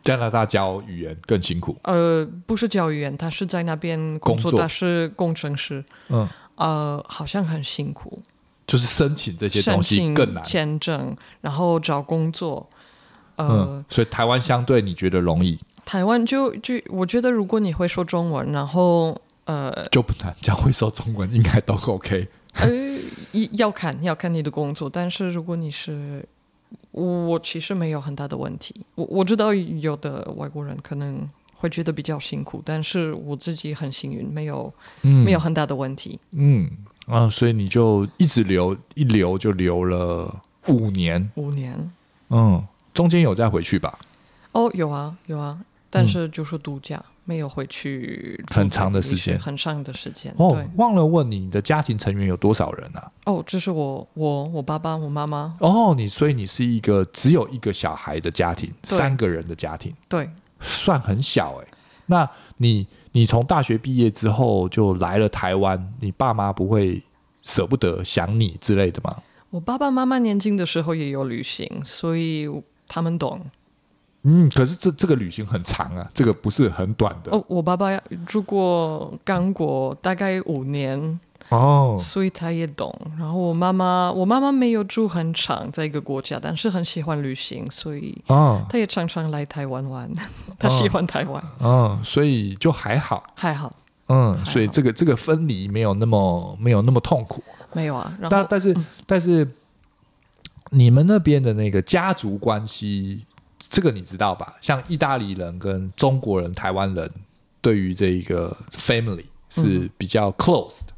Speaker 1: 加拿大教语言更辛苦。
Speaker 2: 呃，不是教育员，他是在那边工
Speaker 1: 工
Speaker 2: 作，
Speaker 1: 作
Speaker 2: 他是工程师。
Speaker 1: 嗯，
Speaker 2: 呃，好像很辛苦，
Speaker 1: 就是申请这些
Speaker 2: 申
Speaker 1: 东西更
Speaker 2: 请
Speaker 1: 难。
Speaker 2: 签证，然后找工作。呃，
Speaker 1: 嗯，所以台湾相对你觉得容易，
Speaker 2: 台湾就就我觉得，如果你会说中文，然后
Speaker 1: <laughs>
Speaker 2: 呃
Speaker 1: 就不难。只要会说中文，应该都 OK。
Speaker 2: 呃，一要看要看你的工作，但是如果你是我其实没有很大的问题。我我知道有的外国人可能会觉得比较辛苦，但是我自己很幸运，没有
Speaker 1: 嗯，
Speaker 2: 没有很大的问题。
Speaker 1: 嗯啊，所以你就一直留，一留就留了五年。
Speaker 2: 五年
Speaker 1: 嗯，中间有再回去吧，
Speaker 2: 哦，有啊有啊，但是就是度假，没有回去住
Speaker 1: 嗯很长的
Speaker 2: 在那里
Speaker 1: 时间
Speaker 2: 很长的时间。
Speaker 1: 哦
Speaker 2: 对，
Speaker 1: 忘了问你，你的家庭成员有多少人啊？
Speaker 2: 哦，这是我我我爸爸我妈妈
Speaker 1: 哦，你所以你是一个只有一个小孩的家庭，
Speaker 2: 对
Speaker 1: 三个人的家庭，
Speaker 2: 对。
Speaker 1: 算很小哎、那你你从大学毕业之后就来了台湾，你爸妈不会舍不得想你之类的吗？
Speaker 2: 我爸爸妈妈年轻的时候也有旅行，所以他们懂。
Speaker 1: 嗯，可是这这个旅行很长啊，这个不是很短的
Speaker 2: 哦，我爸爸住过刚果大概五年，
Speaker 1: 哦
Speaker 2: 所以他也懂。然后我妈妈，我妈妈没有住很长在一个国家，但是很喜欢旅行，所以
Speaker 1: 哦
Speaker 2: 她也常常来台湾玩。 <laughs> 她喜欢台湾，
Speaker 1: 哦，所以就还好，
Speaker 2: 还好
Speaker 1: 嗯，
Speaker 2: 好
Speaker 1: 所以这个这个分离没有那么没有那么痛苦，
Speaker 2: 没有啊。然
Speaker 1: 但
Speaker 2: 后
Speaker 1: 但是、但是你们那边的那个家族关系，这个你知道吧？像意大利人跟中国人、台湾人对于这一个 family
Speaker 2: 嗯
Speaker 1: 是比较 close 的，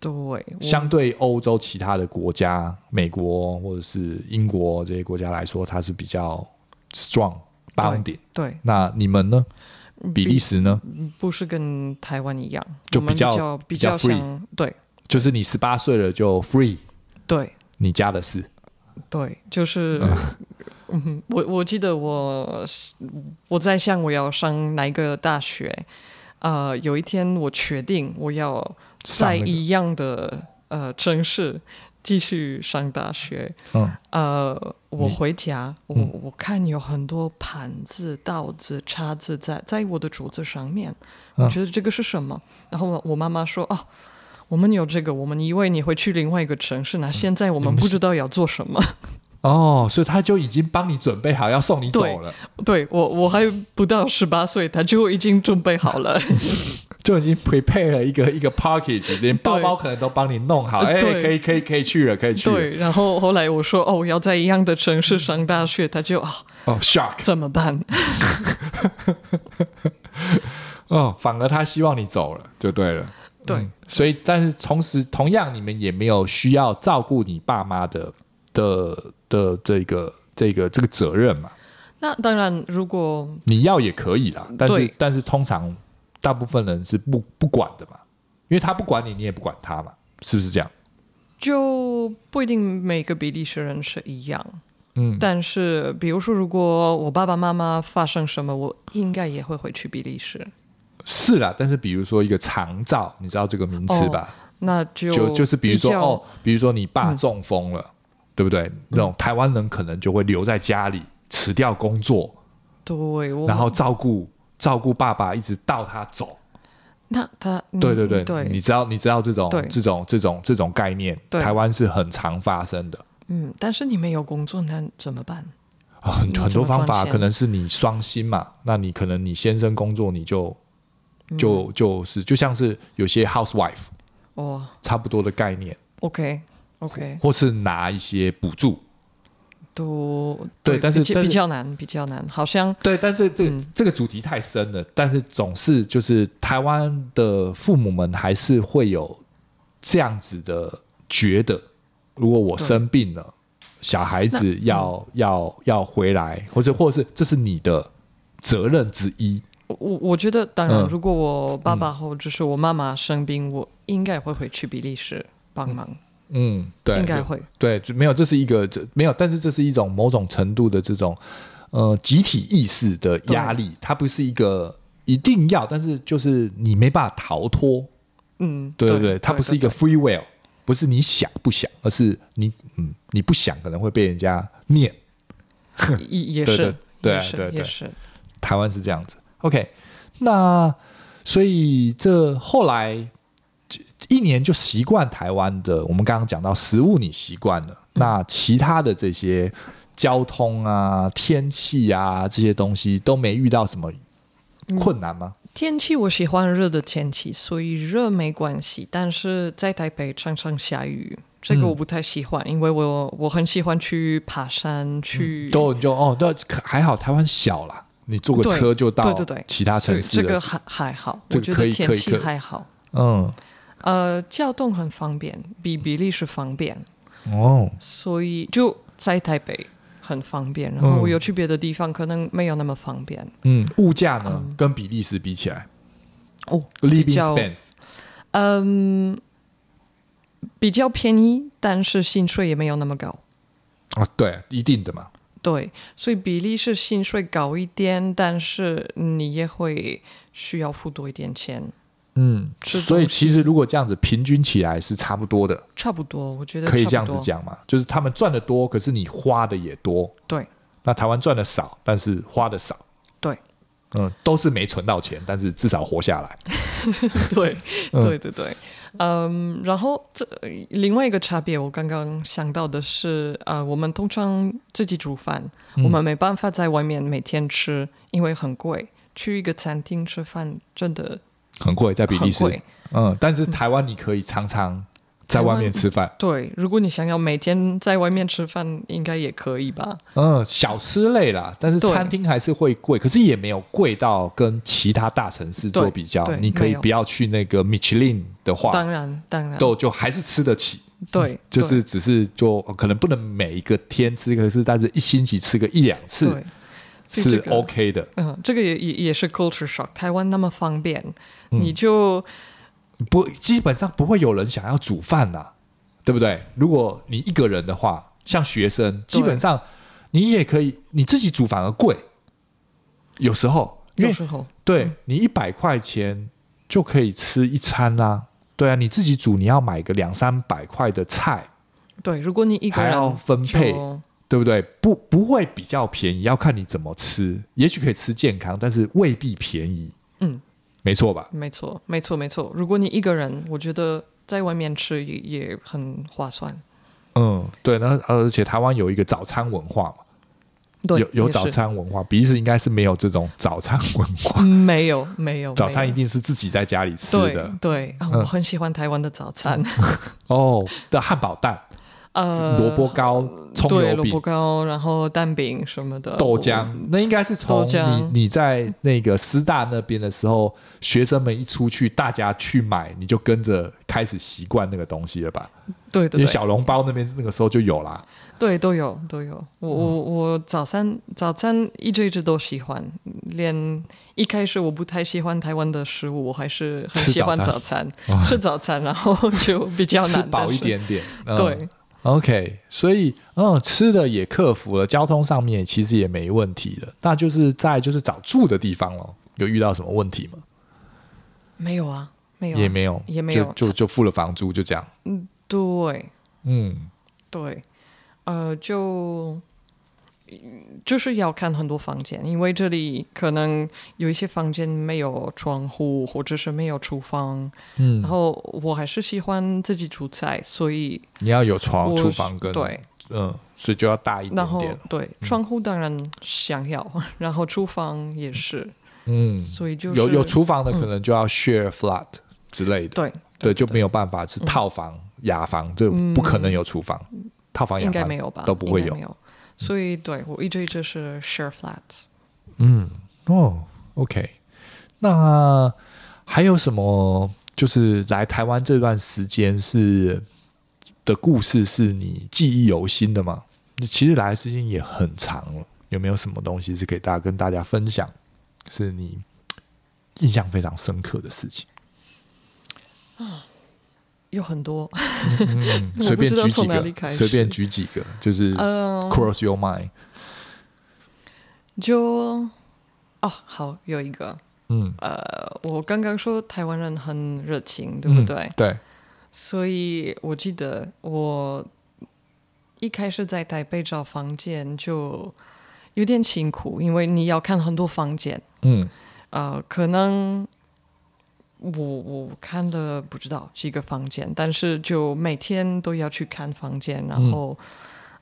Speaker 2: 对，我
Speaker 1: 相对欧洲其他的国家，美国或者是英国这些国家来说，它是比较 strong bonding。
Speaker 2: 对嗯
Speaker 1: 那你们呢？比利时呢？
Speaker 2: 不是跟台湾一样，
Speaker 1: 就
Speaker 2: 我们
Speaker 1: 比较
Speaker 2: 较比
Speaker 1: 比较 free
Speaker 2: 像对
Speaker 1: 就是你十八岁了就 free，
Speaker 2: 对。
Speaker 1: 你家的事。
Speaker 2: 对，就是， <laughs> 嗯，我我记得我是我在想我要上哪一个大学，呃，有一天我确定我要
Speaker 1: 上
Speaker 2: 在
Speaker 1: 那个
Speaker 2: 一样的呃城市继续上大学，
Speaker 1: 嗯，
Speaker 2: 呃，我
Speaker 1: 你
Speaker 2: 回家，我、
Speaker 1: 嗯
Speaker 2: 我看有很多盘子、刀子、叉子在在我的桌子上面，我
Speaker 1: 嗯
Speaker 2: 觉得这个是什么？然后我我妈妈说：“哦，我们有这个，我们以为你会去另外一个城市呢，现在我们
Speaker 1: 你们
Speaker 2: 不
Speaker 1: 是
Speaker 2: 知道要做什么。
Speaker 1: <laughs> 哦，所以他就已经帮你准备好要送你
Speaker 2: 对
Speaker 1: 走了。
Speaker 2: 对我我还不到十八岁，他就已经准备
Speaker 1: <laughs>
Speaker 2: 好了。
Speaker 1: 就已经 prepare 了一
Speaker 2: <laughs>
Speaker 1: 个一个 package，连包包可能都帮你弄好，
Speaker 2: 呃
Speaker 1: 哎、
Speaker 2: 对
Speaker 1: 可以可以可以去了，可以去了。
Speaker 2: 对，然后后来我说哦，我要在一样的城
Speaker 1: 嗯
Speaker 2: 市上大学，他就啊、
Speaker 1: 哦，shock，
Speaker 2: 怎么办？ <laughs>
Speaker 1: 嗯，反而他希望你走了，就对了。
Speaker 2: 对、
Speaker 1: 嗯所以但是同时，同样你们也没有需要照顾你爸妈的的的这个这个这个责任嘛。
Speaker 2: 那当然，如果
Speaker 1: 你要也可以啦，但是
Speaker 2: 对
Speaker 1: 但是通常大部分人是不不管的嘛，因为他不管你，你也不管他嘛，是不是这样？
Speaker 2: 就不一定每个比利时人是一样，
Speaker 1: 嗯，
Speaker 2: 但是比如说，如果我爸爸妈妈发生什么，我应该也会回去比利时。
Speaker 1: 是啦，但是比如说一个长照，你知道这个名词吧？
Speaker 2: 那就
Speaker 1: 就就是比如说
Speaker 2: 较嗯
Speaker 1: 哦，，比如说你爸中风了，对不对？那种台湾人可能就会留在家里，辞掉工作，
Speaker 2: 对，我
Speaker 1: 然后照顾照顾爸爸，一直到他走。
Speaker 2: 那他
Speaker 1: 对对
Speaker 2: 嗯
Speaker 1: 对，
Speaker 2: 对，
Speaker 1: 你知道你知道这种
Speaker 2: 对
Speaker 1: 这种这种这种概念，
Speaker 2: 对
Speaker 1: 台湾是很常发生的。
Speaker 2: 嗯，但是你没有工作，那怎么办？
Speaker 1: 啊，很
Speaker 2: 你
Speaker 1: 很
Speaker 2: 怎
Speaker 1: 多
Speaker 2: 嗯
Speaker 1: 方
Speaker 2: 么赚
Speaker 1: 法，
Speaker 2: 钱
Speaker 1: 可能是你双薪嘛，那你可能你先生工作，你就
Speaker 2: 嗯
Speaker 1: 就就是就像是有些 housewife
Speaker 2: 哦
Speaker 1: 差不多的概念，
Speaker 2: ，OK OK，
Speaker 1: 或是拿一些补助。
Speaker 2: 都
Speaker 1: 对但是
Speaker 2: 比较
Speaker 1: 但是
Speaker 2: 比较难，比较难，好像
Speaker 1: 对，但这
Speaker 2: 嗯
Speaker 1: 这、这个主题太深了，但是总是就是台湾的父母们还是会有这样子的觉得，如果我
Speaker 2: 对
Speaker 1: 生病了，小孩
Speaker 2: 嗯
Speaker 1: 子要、要要回来，或者或者是这是你的责任之一。
Speaker 2: 我我我觉得，当然，
Speaker 1: 嗯
Speaker 2: 如果我爸爸或者是我妈妈生病，我应该会回去比利时帮忙，
Speaker 1: 嗯，对，
Speaker 2: 应该会。
Speaker 1: 对，就没有，这是一个这没有，但是这是一种某种程度的这种呃集体意识的压力，它不是一个一定要，但是就是你没办法逃脱，
Speaker 2: 嗯，
Speaker 1: 对
Speaker 2: 对
Speaker 1: 对对，它不是一个 free will，不是你想不想，而是你嗯你不想可能会被人家念， <laughs>
Speaker 2: 对也也
Speaker 1: 对
Speaker 2: 是，
Speaker 1: 对
Speaker 2: 也
Speaker 1: 对对
Speaker 2: 是，也是，
Speaker 1: 台湾是这样子。OK，那所以这后来这一年就习惯台湾的，我们刚刚讲到食物你习惯了，
Speaker 2: 嗯
Speaker 1: 那其他的这些交通啊、天气啊这些东西都没遇到什么困难吗？
Speaker 2: 天气我喜欢热的天气，所以热没关系。但是在台北常常下雨，这个
Speaker 1: 嗯
Speaker 2: 我不太喜欢，因为我我很喜欢去爬山，去、
Speaker 1: 都你就哦，都可还好，台湾小啦，你坐个
Speaker 2: 对
Speaker 1: 车就到
Speaker 2: 对对对
Speaker 1: 其他城市
Speaker 2: 所以这
Speaker 1: 了
Speaker 2: 个。还还好，
Speaker 1: 这
Speaker 2: 我
Speaker 1: 个
Speaker 2: 觉
Speaker 1: 可以
Speaker 2: 得天
Speaker 1: 可以
Speaker 2: 气
Speaker 1: 可以
Speaker 2: 还好。
Speaker 1: 嗯，
Speaker 2: 呃，交通很方便，比比利时方便，
Speaker 1: 哦，
Speaker 2: 所以就在台北很方便。然后
Speaker 1: 嗯
Speaker 2: 我有去别的地方，可能没有那么方便。
Speaker 1: 嗯，物价呢、跟比利时比起来
Speaker 2: 哦，比
Speaker 1: ，living
Speaker 2: 较
Speaker 1: expense
Speaker 2: 嗯，比较便宜，但是薪水也没有那么高。
Speaker 1: 啊，对，一定的嘛，
Speaker 2: 对，所以比例是薪水高一点，但是你也会需要付多一点钱，
Speaker 1: 嗯，
Speaker 2: 吃
Speaker 1: 所以
Speaker 2: 东
Speaker 1: 其实如果这样子平均起来是差不多的，
Speaker 2: 差不多，我觉得
Speaker 1: 可以
Speaker 2: 差不
Speaker 1: 这样子
Speaker 2: 多。
Speaker 1: 讲嘛，就是他们赚的多，可是你花的也多。
Speaker 2: 对
Speaker 1: 那台湾赚的少，但是花的少，
Speaker 2: 对
Speaker 1: 嗯，都是没存到钱，但是至少活下来。
Speaker 2: 对对对对，嗯，然后这呃另外一个差别，我刚刚想到的是，呃，我们通常自己煮饭，
Speaker 1: 嗯
Speaker 2: 我们没办法在外面每天吃，因为很贵。去一个餐厅吃饭真的
Speaker 1: 很贵，在比利
Speaker 2: 很
Speaker 1: 时
Speaker 2: 贵，，
Speaker 1: 嗯，但是台湾你可以常常在外面吃饭，
Speaker 2: 对，如果你想要每天在外面吃饭，应该也可以吧？
Speaker 1: 嗯，小吃类啦，但是
Speaker 2: 对
Speaker 1: 餐厅还是会贵，可是也没有贵到跟其他大城市做
Speaker 2: 对
Speaker 1: 比较
Speaker 2: 对，
Speaker 1: 你可以
Speaker 2: 没有
Speaker 1: 不要去那个米其林的话，
Speaker 2: 当然，当然，
Speaker 1: 都就还是吃得起， <laughs>
Speaker 2: 对，
Speaker 1: 就是只是就呃可能不能每一个天吃，可是但是一星期吃个一两
Speaker 2: 对
Speaker 1: 次
Speaker 2: 对，所以
Speaker 1: 是
Speaker 2: 这个
Speaker 1: OK 的，
Speaker 2: 嗯，这个也也也是 culture shock。台湾那么方便，
Speaker 1: 嗯
Speaker 2: 你就
Speaker 1: 不基本上不会有人想要煮饭呐、对不对？如果你一个人的话，像学生，基本上你也可以你自己煮反而贵，有时候因
Speaker 2: 有
Speaker 1: 为
Speaker 2: 时候
Speaker 1: 对你一百块钱就可以吃一餐啦、对啊，你自己煮你要买个两三百块的菜，
Speaker 2: 对，如果你一个
Speaker 1: 还
Speaker 2: 人
Speaker 1: 要分配
Speaker 2: 就
Speaker 1: 对不对？不不会比较便宜，要看你怎么吃。也许可以吃健康，但是未必便宜。
Speaker 2: 嗯，
Speaker 1: 没错吧？
Speaker 2: 没错，没错，没错。如果你一个人，我觉得在外面吃也也很划算。
Speaker 1: 嗯，对。那而且台湾有一个早餐文化嘛，
Speaker 2: 对，
Speaker 1: 有有
Speaker 2: 也是
Speaker 1: 早，餐文化，比利时应该是没有这种早餐文
Speaker 2: <laughs>
Speaker 1: 化。
Speaker 2: 没有没
Speaker 1: <laughs>
Speaker 2: 有
Speaker 1: 早餐
Speaker 2: 没
Speaker 1: 一
Speaker 2: 有
Speaker 1: 定是自己在家里吃
Speaker 2: 对哦
Speaker 1: 的嗯 <laughs>
Speaker 2: 对啊，我很喜欢台湾的早餐。
Speaker 1: 哦，的汉堡蛋，
Speaker 2: 呃，
Speaker 1: 萝卜糕、葱
Speaker 2: 对
Speaker 1: 油
Speaker 2: 萝
Speaker 1: 饼
Speaker 2: 卜、糕，然后蛋饼什么的，
Speaker 1: 豆浆，那应该是从
Speaker 2: 呃豆浆
Speaker 1: 你你在那个师大那边的时候，学生们一出去，大家去买，你就跟着开始习惯那个东西了吧？
Speaker 2: 对
Speaker 1: 因
Speaker 2: 对
Speaker 1: 为
Speaker 2: 对，
Speaker 1: 小笼包那边那个时候就有啦。
Speaker 2: 对都有都有。我我
Speaker 1: 嗯
Speaker 2: 我早餐早餐一直一直都喜欢，连一开始我不太喜欢台湾的食物，我还是很
Speaker 1: 吃
Speaker 2: 喜欢
Speaker 1: 早哦
Speaker 2: 早餐，
Speaker 1: <laughs>
Speaker 2: 吃早餐，然后就比较
Speaker 1: 吃
Speaker 2: 难
Speaker 1: 饱一，
Speaker 2: 但
Speaker 1: 点点。嗯
Speaker 2: 是对。
Speaker 1: OK，所以嗯，吃的也克服了，交通上面其实也没问题了。那就是在就是找住的地方了，有遇到什么问题吗？
Speaker 2: 没有啊，没有啊
Speaker 1: 也没有，
Speaker 2: 也没有
Speaker 1: 就就就付了房租，就这样。
Speaker 2: 对
Speaker 1: 嗯
Speaker 2: 对，呃，就嗯就是要看很多房间，因为这里可能有一些房间没有窗户，或者是没有厨房。然
Speaker 1: 嗯，
Speaker 2: 后我还是喜欢自己煮菜，所以
Speaker 1: 你要有床、
Speaker 2: 我
Speaker 1: 哦厨房跟
Speaker 2: 对，
Speaker 1: 嗯，所以就要大一
Speaker 2: 然
Speaker 1: 点
Speaker 2: 后
Speaker 1: 点。
Speaker 2: 对窗户当然想要，然后厨房也是，
Speaker 1: 嗯，
Speaker 2: 所以就是嗯
Speaker 1: 有有厨房的可能就要 share flat 之类的，
Speaker 2: 对嗯
Speaker 1: 对，就没有办法是套房、雅房，这不可能有厨房，套房、雅
Speaker 2: 应该
Speaker 1: 房
Speaker 2: 没有吧，
Speaker 1: 都不会
Speaker 2: 应该
Speaker 1: 有
Speaker 2: 没有。所以对我一直一直是 share flat。
Speaker 1: 嗯，哦，OK，那还有什么？就是来台湾这段时间是的故事是你记忆犹新的吗？你其实来的时间也很长了，有没有什么东西是给大家跟大家分享，是你印象非常深刻的事情？
Speaker 2: 有很多，
Speaker 1: 嗯，
Speaker 2: 我
Speaker 1: 随便
Speaker 2: 不知道
Speaker 1: 举几
Speaker 2: 从哪里
Speaker 1: 个，
Speaker 2: 开始
Speaker 1: 随便举几个，就是
Speaker 2: 嗯、
Speaker 1: cross your mind。
Speaker 2: 就哦，好，有一个，
Speaker 1: 嗯，
Speaker 2: 呃，我刚刚说台湾人很热情，对不对？
Speaker 1: 嗯对，
Speaker 2: 所以我记得我一开始在台北找房间就有点辛苦，因为你要看很多房间，
Speaker 1: 嗯
Speaker 2: 呃，可能我我看了不知道几个房间，但是就每天都要去看房间，然后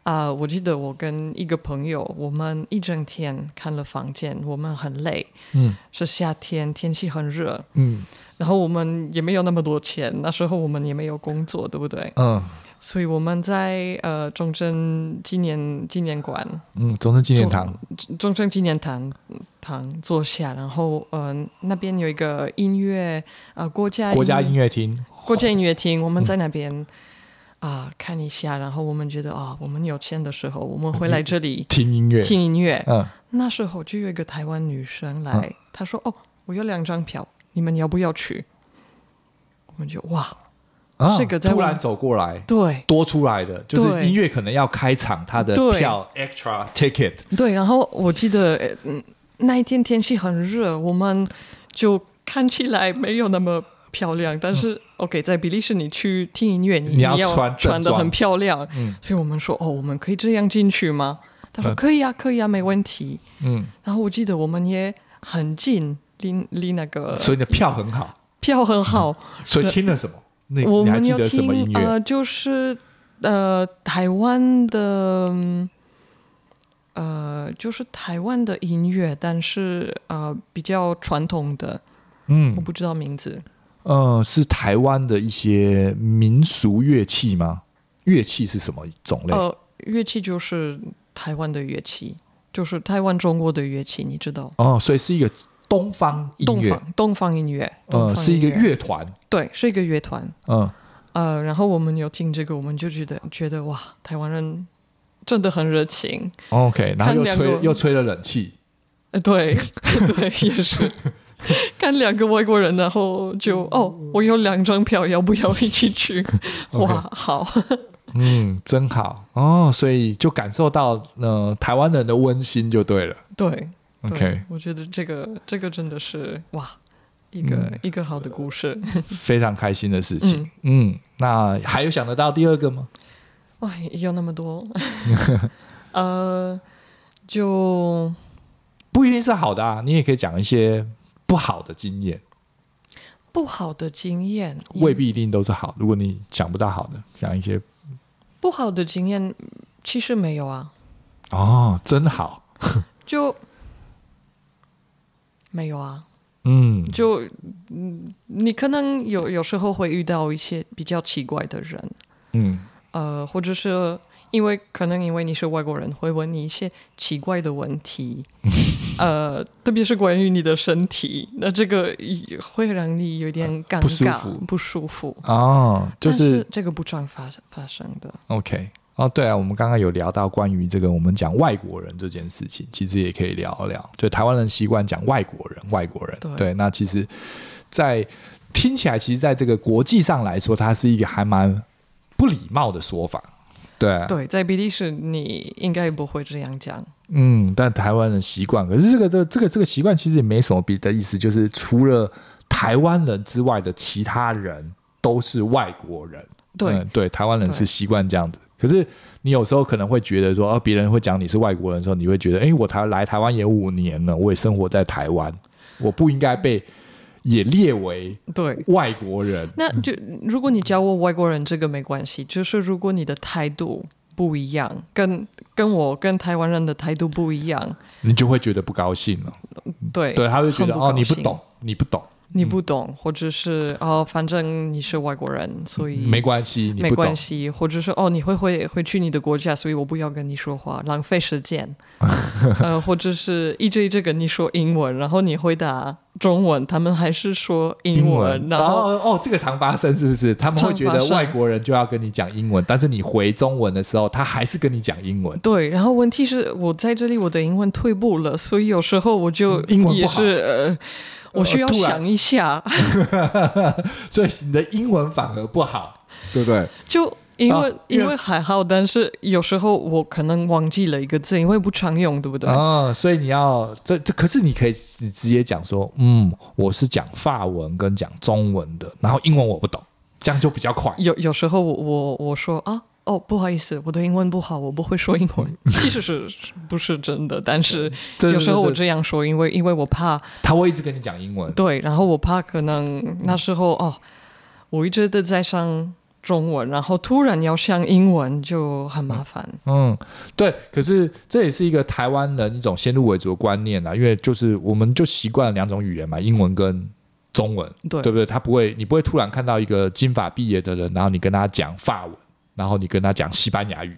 Speaker 2: 啊、我记得我跟一个朋友，我们一整天看了房间，我们很累，
Speaker 1: 嗯
Speaker 2: 是夏天，天气很热，
Speaker 1: 嗯
Speaker 2: 然后我们也没有那么多钱，那时候我们也没有工作，对不对？
Speaker 1: 嗯
Speaker 2: 所以我们在呃中正纪念纪念馆
Speaker 1: 嗯，中正纪念堂，
Speaker 2: 中正纪念堂堂坐下，然后嗯、呃那边有一个音乐啊、呃国家
Speaker 1: 国家音
Speaker 2: 乐
Speaker 1: 乐厅，
Speaker 2: 国家音乐厅，我们在那边啊、看一下，然后我们觉得啊、我们有钱的时候，我们回来这
Speaker 1: <laughs>
Speaker 2: 里
Speaker 1: 听音乐，
Speaker 2: 听音乐。
Speaker 1: 嗯，
Speaker 2: 那时候就有一个台湾女生来，她说：“哦，我有两张票，你们要不要去？”我们就哇，
Speaker 1: 啊
Speaker 2: 这个在
Speaker 1: 突
Speaker 2: 我
Speaker 1: 然走过来
Speaker 2: 对
Speaker 1: 多出来的，就是
Speaker 2: 对
Speaker 1: 音乐可能要开场，它的
Speaker 2: 对
Speaker 1: 票 extra ticket，
Speaker 2: 对，然后我记得呃嗯那一天天气很热，我们就看起来没有那么漂亮，但是、OK，在比利时你去听音乐，你
Speaker 1: 嗯你要穿
Speaker 2: 穿
Speaker 1: 正
Speaker 2: 的
Speaker 1: 装
Speaker 2: 很漂亮，
Speaker 1: 嗯
Speaker 2: 所以我们说哦，我们可以这样进去吗？他说
Speaker 1: 嗯
Speaker 2: 可以啊，可以啊，没问题。
Speaker 1: 嗯，
Speaker 2: 然后我记得我们也很近，离离那个
Speaker 1: 所以你的票很好，
Speaker 2: 票很好，
Speaker 1: 所以听了什么？那
Speaker 2: 呃我
Speaker 1: 你还
Speaker 2: 们
Speaker 1: 记
Speaker 2: 要
Speaker 1: 得什么音
Speaker 2: 听
Speaker 1: 乐？
Speaker 2: 呃，就是呃，台湾的嗯呃，就是台湾的音乐，但是呃，比较传统的，
Speaker 1: 嗯
Speaker 2: 我不知道名字。
Speaker 1: 嗯，是台湾的一些民俗乐器吗？乐器是什么种类？
Speaker 2: 呃，乐器就是台湾的乐器，就是台湾中国的乐器，你知道？
Speaker 1: 哦，所以是一个东方音
Speaker 2: 东
Speaker 1: 乐，
Speaker 2: 方东方音乐，
Speaker 1: 呃，
Speaker 2: 东方
Speaker 1: 是一个
Speaker 2: 音乐，
Speaker 1: 乐团，
Speaker 2: 对，是一个乐团。
Speaker 1: 嗯
Speaker 2: 呃，然后我们有听这个，我们就觉得觉得哇，台湾人真的很热情。
Speaker 1: ，OK，然后
Speaker 2: 看
Speaker 1: 又
Speaker 2: 两
Speaker 1: 吹
Speaker 2: 个
Speaker 1: 又吹了冷气，
Speaker 2: 呃， <laughs> 对对，也 <laughs> 是。看两个外国人，然后就哦，我有两张票，要不要一起 <laughs> 去？哇，好，
Speaker 1: 嗯，真好哦，所以就感受到呃台湾人的温馨就对了
Speaker 2: <laughs> 对对
Speaker 1: ，OK，
Speaker 2: 我觉得这个这个真的是哇，一个、
Speaker 1: 嗯
Speaker 2: 一个好的故事。
Speaker 1: 非常开心的事情。嗯那还有想得到第二个吗？
Speaker 2: 哇，有那么 <laughs> 多，呃，就
Speaker 1: 不一定是好的啊，你也可以讲一些不好的经验，
Speaker 2: 不好的经验，
Speaker 1: 未必一定都是
Speaker 2: 嗯
Speaker 1: 好。如果你想不到好的，讲一些
Speaker 2: 不好的经验其实没有啊，
Speaker 1: 哦，真好，
Speaker 2: 就没有啊。
Speaker 1: 嗯
Speaker 2: 就嗯，你可能有有时候会遇到一些比较奇怪的人，
Speaker 1: 嗯
Speaker 2: 呃，或者是因为可能因为你是外国人，会问你一些奇怪的
Speaker 1: <laughs>
Speaker 2: 问题，呃，特别是关于你的身体，那这个也会让你有点尴
Speaker 1: 啊
Speaker 2: 尬、
Speaker 1: 不舒服
Speaker 2: 不舒服
Speaker 1: 哦，就
Speaker 2: 但
Speaker 1: 是
Speaker 2: 是这个不常发发生的，
Speaker 1: OK。哦，对啊，我们刚刚有聊到关于这个，我们讲外国人这件事情，其实也可以聊一聊。就台湾人习惯讲外国人，外国人，
Speaker 2: 对
Speaker 1: 那其实在，听起来，其实在这个国际上来说，它是一个还蛮不礼貌的说法。对啊，
Speaker 2: 对，在比利时你应该不会这样讲，
Speaker 1: 嗯，但台湾人习惯，可是这个这个这个这个习惯其实也没什么别的意思，就是除了台湾人之外的其他人都是外国人。
Speaker 2: 对，
Speaker 1: 嗯、对，台湾人是习惯这样子。可是你有时候可能会觉得说，哦、别人会讲你是外国人的时候，你会觉得，哎，我台来台湾也五年了，我也生活在台湾，我不应该被也列为
Speaker 2: 对，
Speaker 1: 外国人。
Speaker 2: 那就如果你教我外国人，这个没关系。就是如果你的态度不一样，跟跟我跟台湾人的态度不一样，
Speaker 1: 你就会觉得不高兴了，
Speaker 2: 对，
Speaker 1: 嗯对，他会觉得
Speaker 2: 很
Speaker 1: 哦，你不
Speaker 2: 高兴
Speaker 1: 懂，，嗯你不懂，
Speaker 2: 你不懂，或者是哦，反正你是外国人，所以
Speaker 1: 没关系，你
Speaker 2: 嗯没
Speaker 1: 不懂
Speaker 2: 关，系，或者是哦，你会回回去你的国家，所以我不要跟你说话，浪费
Speaker 1: <laughs>
Speaker 2: 时间。呃，或者是一直一直跟你说英文，然后你回答中文，他们还是说英文，然后
Speaker 1: 哦哦，这个常发生是不是？他们会觉
Speaker 2: 常
Speaker 1: 得
Speaker 2: 发生
Speaker 1: 外国人就要跟你讲英文，但是你回中文的时候，他还是跟你讲英文。 <laughs>
Speaker 2: 对，然后问题是我在这里我的英文退步了，所以有时候我就
Speaker 1: 嗯英文不
Speaker 2: 也
Speaker 1: 好
Speaker 2: 是呃，我需要
Speaker 1: 突然
Speaker 2: 想一下，
Speaker 1: 所以你的英文反而不好，对不对？
Speaker 2: 就因为、
Speaker 1: 啊因为
Speaker 2: 因为还好，但是有时候我可能忘记了一个字，因为不常用，对不对？
Speaker 1: 哦，所以你要这这，可是你可以直直接讲说，嗯，我是讲法文跟讲中文的，然后英文我不懂，这样就比较快。
Speaker 2: 有有时候我我我说啊。哦，不好意思，我的英文不好，我不会说英
Speaker 1: <laughs>
Speaker 2: 文。即使是是不是真的，但是
Speaker 1: 对
Speaker 2: 有时候我
Speaker 1: 对对
Speaker 2: 这样说，因为因为我怕
Speaker 1: 他会一直跟你讲英文，
Speaker 2: 对，然后我怕可能那时候哦，我一直都在上中文，然后突然要上英文就很麻烦。
Speaker 1: 嗯，对，可是这也是一个台湾人一种先入为主的观念啦，啊因为就是我们就习惯了两种语言嘛，英文跟中文，
Speaker 2: 对
Speaker 1: 嗯对不对？他不会，你不会突然看到一个金发毕业的人，然后你跟他讲法文，然后你跟他讲西班牙语，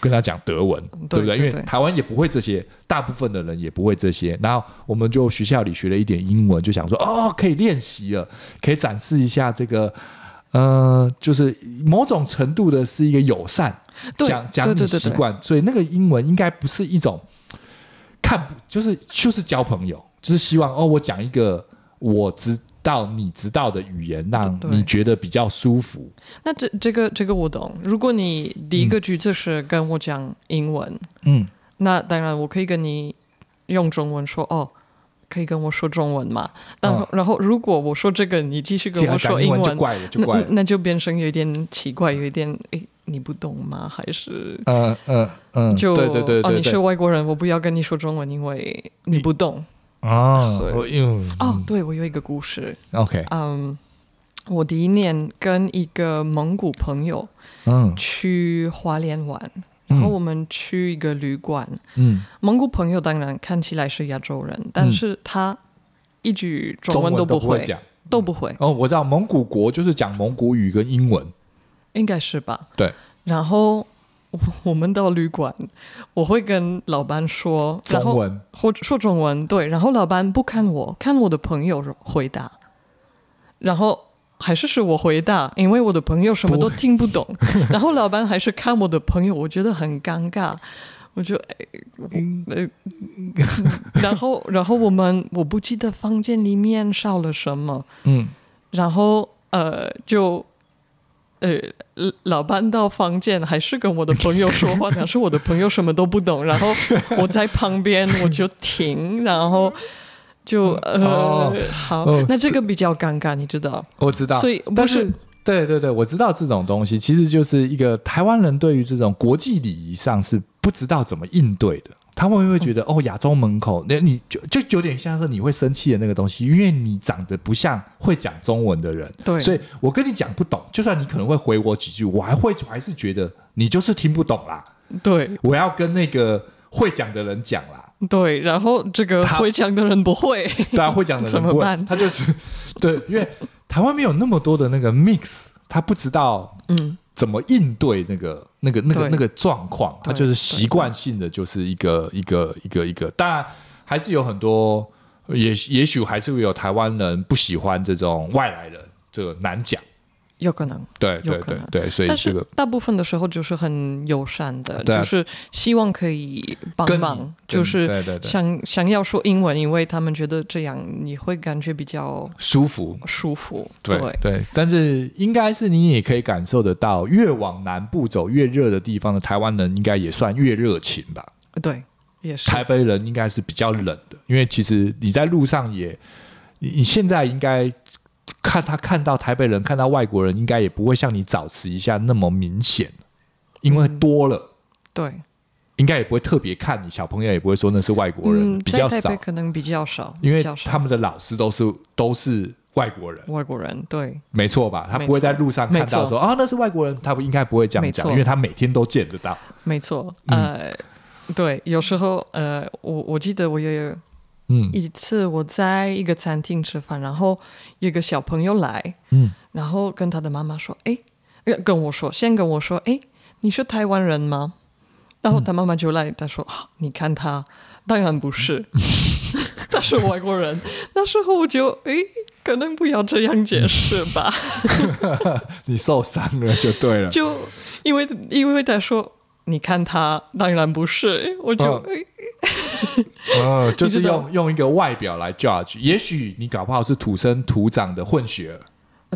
Speaker 1: 跟他讲德文，
Speaker 2: 对
Speaker 1: 不对？因
Speaker 2: 对
Speaker 1: 为
Speaker 2: 对
Speaker 1: 台湾也不会这些，大部分的人也不会这些。然后我们就学校里学了一点英文，就想说哦，可以练习了，可以展示一下这个。呃，就是某种程度的是一个友善，
Speaker 2: 对
Speaker 1: 讲讲
Speaker 2: 对
Speaker 1: 你
Speaker 2: 对对
Speaker 1: 习
Speaker 2: 对
Speaker 1: 惯，所以那个英文应该不是一种看不，就是就是交朋友，就是希望哦，我讲一个我知道你知道的语言，让
Speaker 2: 对
Speaker 1: 你觉得比较舒服。
Speaker 2: 那这这个这个我懂。如果你第一个句子是跟我讲英文，
Speaker 1: 嗯，
Speaker 2: 那当然我可以跟你用中文说哦。可以跟我说中文嘛？但、
Speaker 1: 嗯
Speaker 2: 然后，如果我说这个，你继续
Speaker 1: 这
Speaker 2: 跟
Speaker 1: 样
Speaker 2: 我
Speaker 1: 讲
Speaker 2: 说
Speaker 1: 英
Speaker 2: 英文，
Speaker 1: 就怪了，就怪 <laughs>
Speaker 2: 那
Speaker 1: 了。
Speaker 2: 那就变成有一点奇怪，有一点诶，你不懂吗？还是
Speaker 1: 嗯嗯嗯，
Speaker 2: 就
Speaker 1: 对对对
Speaker 2: 哦，
Speaker 1: 对
Speaker 2: 你是
Speaker 1: 对。
Speaker 2: 外国人，我不要跟你说中文，因为你不懂。
Speaker 1: 啊，我因为
Speaker 2: 哦，对，我有一个故事，
Speaker 1: OK，
Speaker 2: 嗯，我第一年跟一个蒙古朋友
Speaker 1: 嗯
Speaker 2: 去花莲玩，然后
Speaker 1: 嗯
Speaker 2: 我们去一个旅馆，
Speaker 1: 嗯，
Speaker 2: 蒙古朋友当然看起来是亚洲人，但是他一句中
Speaker 1: 中
Speaker 2: 文都
Speaker 1: 都
Speaker 2: 不
Speaker 1: 不
Speaker 2: 会，
Speaker 1: 会讲。
Speaker 2: 都不会，
Speaker 1: 哦，我知道蒙古国就是讲蒙古语跟英文。
Speaker 2: 应该是吧？
Speaker 1: 对，
Speaker 2: 然后。 <laughs> 我我们到旅馆，我会跟老板说然后
Speaker 1: 中文
Speaker 2: 或者说中文对，然后老板不看我，看我的朋友回答，然后还是是我回答，因为我的朋友什么都听不懂，然后老板还是看我的朋友，我觉得很尴尬，我就哎我呃，然后然后我们我不记得房间里面少了什么，
Speaker 1: 嗯，
Speaker 2: 然后呃就。呃，老板到房间还是跟我的朋友说话，但是我的朋友什么都不懂，然后我在旁边我就停，然后就呃、
Speaker 1: 哦
Speaker 2: 好
Speaker 1: 哦，
Speaker 2: 那这个比较尴尬，你知道？
Speaker 1: 我知道。
Speaker 2: 所以不
Speaker 1: 但
Speaker 2: 是
Speaker 1: 是，对对对，我知道这种东西其实就是一个台湾人对于这种国际礼仪上是不知道怎么应对的。他们会觉得、
Speaker 2: 嗯
Speaker 1: 哦，亚洲门口，那你就就有点像是你会生气的那个东西，因为你长得不像会讲中文的人，
Speaker 2: 对
Speaker 1: 所以我跟你讲不懂，就算你可能会回我几句，我还会还是觉得你就是听不懂啦，
Speaker 2: 对
Speaker 1: 我要跟那个会讲的人讲
Speaker 2: <laughs>
Speaker 1: 啦，
Speaker 2: 对，然后这个
Speaker 1: 他
Speaker 2: 会讲的人不会，
Speaker 1: 对啊，会讲的人
Speaker 2: 怎么
Speaker 1: 不会
Speaker 2: 办
Speaker 1: 他就是对，因为台湾没有那么多的那个 mix，他不知道
Speaker 2: <laughs> 嗯，
Speaker 1: 怎么应对那个那个那个
Speaker 2: 对
Speaker 1: 那个状况，他
Speaker 2: 对
Speaker 1: 就是习惯性的就是一个一个一个一个，当然还是有很多，呃也也许还是会有台湾人不喜欢这种外来人，这个难讲。
Speaker 2: 有可能。
Speaker 1: 对
Speaker 2: 有
Speaker 1: 对
Speaker 2: 可
Speaker 1: 对
Speaker 2: 能
Speaker 1: 对，所以
Speaker 2: 但
Speaker 1: 这
Speaker 2: 是
Speaker 1: 个
Speaker 2: 大部分的时候就是很友善的，
Speaker 1: 对啊
Speaker 2: 就是希望可以帮
Speaker 1: 跟你
Speaker 2: 忙，
Speaker 1: 跟
Speaker 2: 就
Speaker 1: 你
Speaker 2: 是
Speaker 1: 对对对
Speaker 2: 想想要说英文，因为他们觉得这样你会感觉比较
Speaker 1: 舒服。
Speaker 2: 舒服。
Speaker 1: 对对，但是应该是你也可以感受得到，越往南部走越热的地方的台湾人，应该也算越热情吧。
Speaker 2: 对，也是。
Speaker 1: 台北人应该是比较冷的，因为其实你在路上也，你你现在应该看他看到台北人看到外国人，应该也不会像你早时一下那么明显，因为多了，
Speaker 2: 对，
Speaker 1: 应该也不会特别看你小朋友，也不会说那是外国人，
Speaker 2: 嗯，
Speaker 1: 比较
Speaker 2: 在
Speaker 1: 少
Speaker 2: 台北，可能比较少，
Speaker 1: 因
Speaker 2: 比
Speaker 1: 为
Speaker 2: 较少
Speaker 1: 他们的老师都是都是外国人，
Speaker 2: 外国人对
Speaker 1: 没错吧？他
Speaker 2: 没
Speaker 1: 不会
Speaker 2: 错
Speaker 1: 在路上看到说啊那是外国人，他不应该不会这样
Speaker 2: 没
Speaker 1: 讲，
Speaker 2: 错
Speaker 1: 因为他每天都见得到，
Speaker 2: 没错，
Speaker 1: 嗯
Speaker 2: 呃，对，有时候呃，我我记得我有
Speaker 1: 嗯
Speaker 2: 一次我在一个餐厅吃饭，然后有一个小朋友来，
Speaker 1: 嗯
Speaker 2: 然后跟他的妈妈说：“哎，呃跟我说，先跟我说，哎，你是台湾人吗？”然后他妈妈就来，他说：“啊，你看他，当然
Speaker 1: <laughs>
Speaker 2: 不是，他是外国人。”那时候我就哎，可能不要这样解释
Speaker 1: <laughs>
Speaker 2: 吧。
Speaker 1: 你受伤了就对了，
Speaker 2: 就因为因为他说，你看他，当然不是，我就、哎
Speaker 1: 嗯
Speaker 2: 诶
Speaker 1: 哦，就是
Speaker 2: <laughs> 你知道
Speaker 1: 用用一个外表来 judge，也许你搞不好是土生土长的混血儿，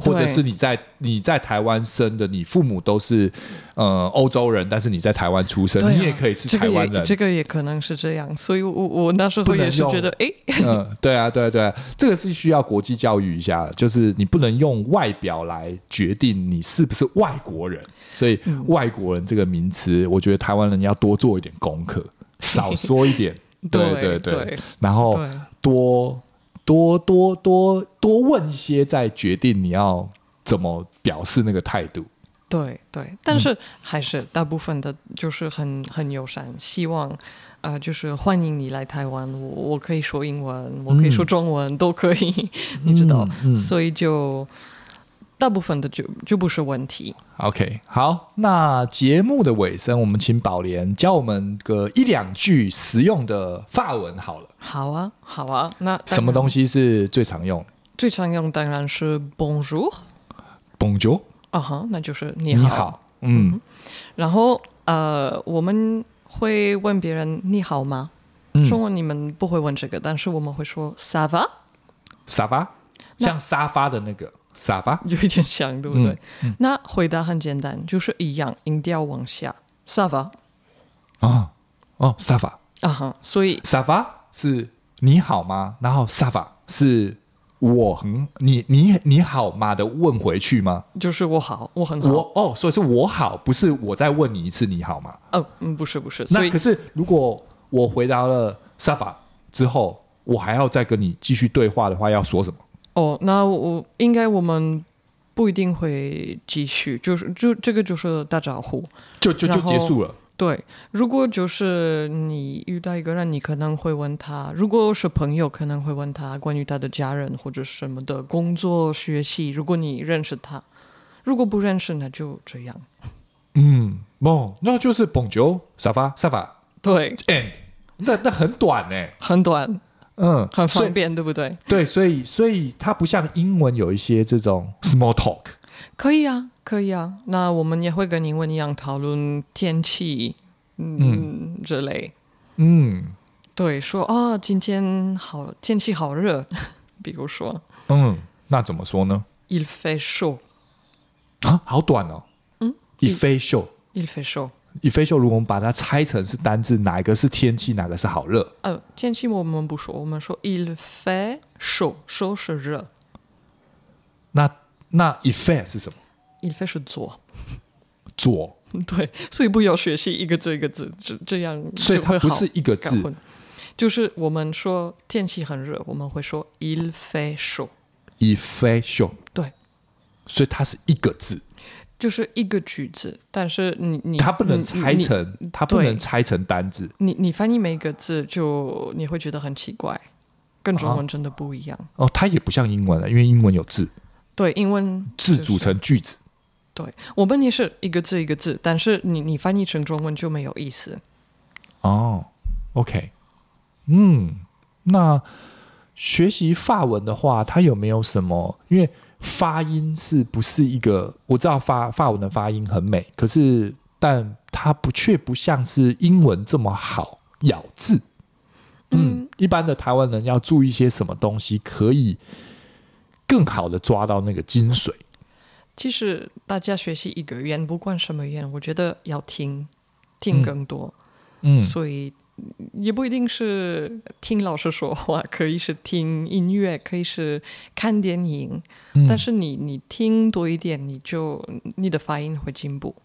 Speaker 2: 对
Speaker 1: 或者是你在你在台湾生的，你父母都是呃欧洲人，但是你在台湾出生，
Speaker 2: 对啊
Speaker 1: 你也可以是台湾人。
Speaker 2: 这个也，这个也可能是这样。所以我我我那时
Speaker 1: 不
Speaker 2: 候
Speaker 1: 能
Speaker 2: 也是
Speaker 1: 用
Speaker 2: 觉得，哎，
Speaker 1: 嗯，对啊，对啊，对啊，这个是需要国际教育一下的，就是你不能用外表来决定你是不是外国人，所以
Speaker 2: 嗯
Speaker 1: “外国人”这个名词，我觉得台湾人要多做一点功课，少说一点，对
Speaker 2: <laughs> 对
Speaker 1: 对，
Speaker 2: 对
Speaker 1: 然后
Speaker 2: 对
Speaker 1: 多多多多多问一些，再决定你要怎么表示那个态度。
Speaker 2: 对对，但是还是大部分的，就是很很友善，希望啊、呃就是欢迎你来台湾，我我可以说英文，我可以说中文，都可以， <laughs> 你知道，
Speaker 1: 嗯嗯
Speaker 2: 所以就大部分的就就不是问题。
Speaker 1: OK，好，那节目的尾声，我们请宝莲教我们个一两句实用的法文好了。
Speaker 2: 好啊，好啊，那
Speaker 1: 什么东
Speaker 2: 西
Speaker 1: 西是最常用
Speaker 2: 最常用？当然是 Bonjour，
Speaker 1: ？Bonjour，
Speaker 2: 啊哈，那就是你
Speaker 1: 你
Speaker 2: 好。
Speaker 1: 好，嗯
Speaker 2: 然后呃，我们会问别人你好吗？中
Speaker 1: 嗯，
Speaker 2: 文你们不会问这个，但是我们会说 “ça va”。
Speaker 1: 沙发，像沙发的那个沙发，
Speaker 2: 有一点像，对不对？
Speaker 1: 嗯
Speaker 2: 那回答很简单，就是一样，音调往下，沙发
Speaker 1: 哦哦，沙发，
Speaker 2: 啊哈，所以
Speaker 1: 沙发是你好吗？然后沙发是我很你你你好吗的问回去吗？
Speaker 2: 就是我好，我很好。
Speaker 1: 我哦，所以是我好，不是我再问你一次你好吗？
Speaker 2: 呃，嗯，不是不是，所
Speaker 1: 那
Speaker 2: 以
Speaker 1: 可是如果我回答了沙发之后，我还要再跟你继续对话的话，要说什么？
Speaker 2: 哦，那我应该我们不一定会继续，就是就这个就是打招呼。
Speaker 1: 就就就
Speaker 2: 然后
Speaker 1: 结束了。
Speaker 2: 对，如果就是你遇到一个人，你可能会问他；如果是朋友，可能会问他关于他的家人或者什么的工作、学习。如果你认识他，如果不认识，那就这样。
Speaker 1: 嗯，哦，那就是蹦球沙发沙发
Speaker 2: 对，
Speaker 1: end，那那很短呢、
Speaker 2: 很短，
Speaker 1: 嗯，
Speaker 2: 很
Speaker 1: 所以
Speaker 2: 方便，对不对？
Speaker 1: 对，所以所以它不像英文有一些这种 small talk，
Speaker 2: 可以啊，可以啊。那我们也会跟英文一样讨论天气，嗯，之类。
Speaker 1: 嗯
Speaker 2: 对，说啊、今天好，天气好热。 <laughs> 比如说
Speaker 1: 嗯，那怎么说呢？
Speaker 2: ，il fait chaud，il
Speaker 1: 啊，好短哦。
Speaker 2: 嗯，
Speaker 1: 一飞秀，
Speaker 2: fait chaud。
Speaker 1: 一飞秀，如果我们把它拆成是单字，哪一个是天气，哪个是好热？
Speaker 2: 呃，天气我们不说，我们说 il fait chaud，chaud 是热
Speaker 1: 那那一飞是什么？
Speaker 2: ，il fait 是做。 <laughs>
Speaker 1: 左，
Speaker 2: 对，所以不要学习一个字一个字，这这样
Speaker 1: 所以
Speaker 2: 就会
Speaker 1: 它不
Speaker 2: 好
Speaker 1: 是一个
Speaker 2: 搞
Speaker 1: 字
Speaker 2: 混。就是我们说天气很热，我们会说 il fait chaud。
Speaker 1: 一飞秀，
Speaker 2: 对，
Speaker 1: 所以它是一个字，
Speaker 2: 就是一个句子，但是你你
Speaker 1: 它不能
Speaker 2: 你
Speaker 1: 拆成，它不
Speaker 2: 对
Speaker 1: 能拆成单字。
Speaker 2: 你你你翻译每一个字就你会觉得很奇怪，跟中
Speaker 1: 啊
Speaker 2: 文真的不一样。
Speaker 1: 哦，它也不像英文了，因为英文有字，
Speaker 2: 对，英文
Speaker 1: 字
Speaker 2: 就是
Speaker 1: 组成句子。
Speaker 2: 对，我们也是一个字一个字，但是你你翻译成中文就没有意思。
Speaker 1: 哦，OK，嗯，那学习法文的话，它有没有什么？因为发音是不是一个？我知道法法文的发音很美，可是但它不却不像是英文这么好咬字。嗯，一般的台湾人要注意些什么东西，可以更好的抓到那个精髓？
Speaker 2: 其实大家学习一个语言，不管什么语言，我觉得要听，听更多，
Speaker 1: 嗯
Speaker 2: 所以也不一定是听老师说话，可以是听音乐，可以是看电影，
Speaker 1: 嗯
Speaker 2: 但是你你听多一点，你就你的发音会进步。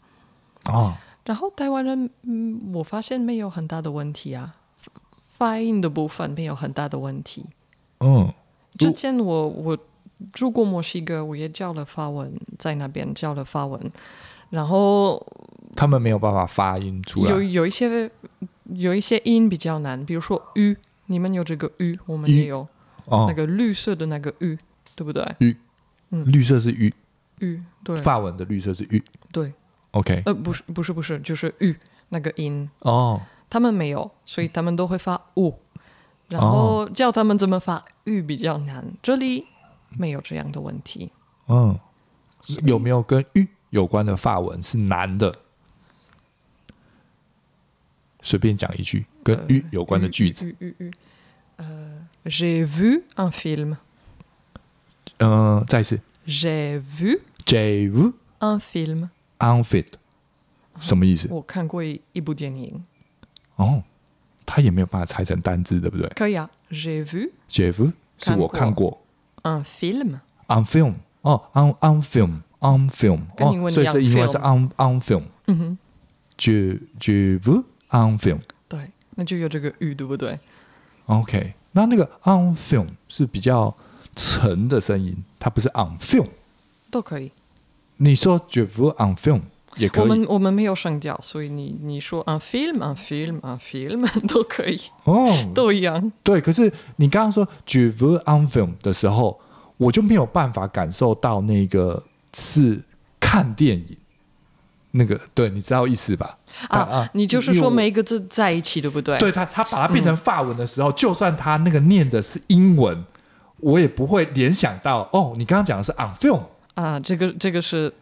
Speaker 1: 哦，
Speaker 2: 然后台湾人，嗯，我发现没有很大的问题啊，发音的部分没有很大的问题。
Speaker 1: 嗯
Speaker 2: 之前我我住过墨西哥，我也教了法文，在那边教了法文，然后
Speaker 1: 他们没有办法发音出
Speaker 2: 有
Speaker 1: 来。
Speaker 2: 有一些有一些音比较难，比如说 u，你们有这个 u，我们也有
Speaker 1: 哦
Speaker 2: 那，个绿色的那个 u，对不对
Speaker 1: 绿色是鱼，
Speaker 2: ？u 对
Speaker 1: 法文的绿色是鱼。
Speaker 2: 对，
Speaker 1: OK，
Speaker 2: 呃，不是不是不是，就是 u 那个音，
Speaker 1: 哦，
Speaker 2: 他们没有，所以他们都会发 u，然
Speaker 1: 哦
Speaker 2: 后叫他们怎么发 u 比较难，这里没有这样的问题。
Speaker 1: 嗯，有没有跟“玉”有关的法文是难的？随便讲一句跟
Speaker 2: 呃
Speaker 1: “玉”有关的句子，
Speaker 2: U U U，呃，J'ai vu un film.
Speaker 1: 嗯、再一次
Speaker 2: J'ai vu
Speaker 1: j v
Speaker 2: un film.
Speaker 1: unfit 什么意思？
Speaker 2: 我看过一一部电影，
Speaker 1: 哦，他也没有办法拆成单字，对不对
Speaker 2: 可以啊。J'ai vu
Speaker 1: j v 是我看
Speaker 2: 看
Speaker 1: 过
Speaker 2: un film.
Speaker 1: on film 哦，on on film on film
Speaker 2: 跟英
Speaker 1: 哦，
Speaker 2: 文一
Speaker 1: 所以
Speaker 2: 样
Speaker 1: 是英文是 on on film
Speaker 2: 嗯哼，
Speaker 1: j j v on film
Speaker 2: 对，那就有这个 U 对不对？
Speaker 1: OK，那那个 on film 是比较沉的声音，它不是 on film。
Speaker 2: 都可以。
Speaker 1: 你说 j v on film 也可
Speaker 2: 我
Speaker 1: 以
Speaker 2: 们我们没有声调，所以你你说 un film un film un film 都可以，
Speaker 1: 哦，
Speaker 2: 都一样。
Speaker 1: 对。可是你刚刚说 j v on film 的时候，我就没有办法感受到那个是看电影那个，对，你知道意思吧？
Speaker 2: 啊，
Speaker 1: 啊
Speaker 2: 你就是说
Speaker 1: 因为我
Speaker 2: 每一个字在一起，对不对？
Speaker 1: 对他，他把它变成法文的时候，就算他那个念的是英文，我也不会联想到哦，你刚刚讲的是 on film。
Speaker 2: 啊，这个这个是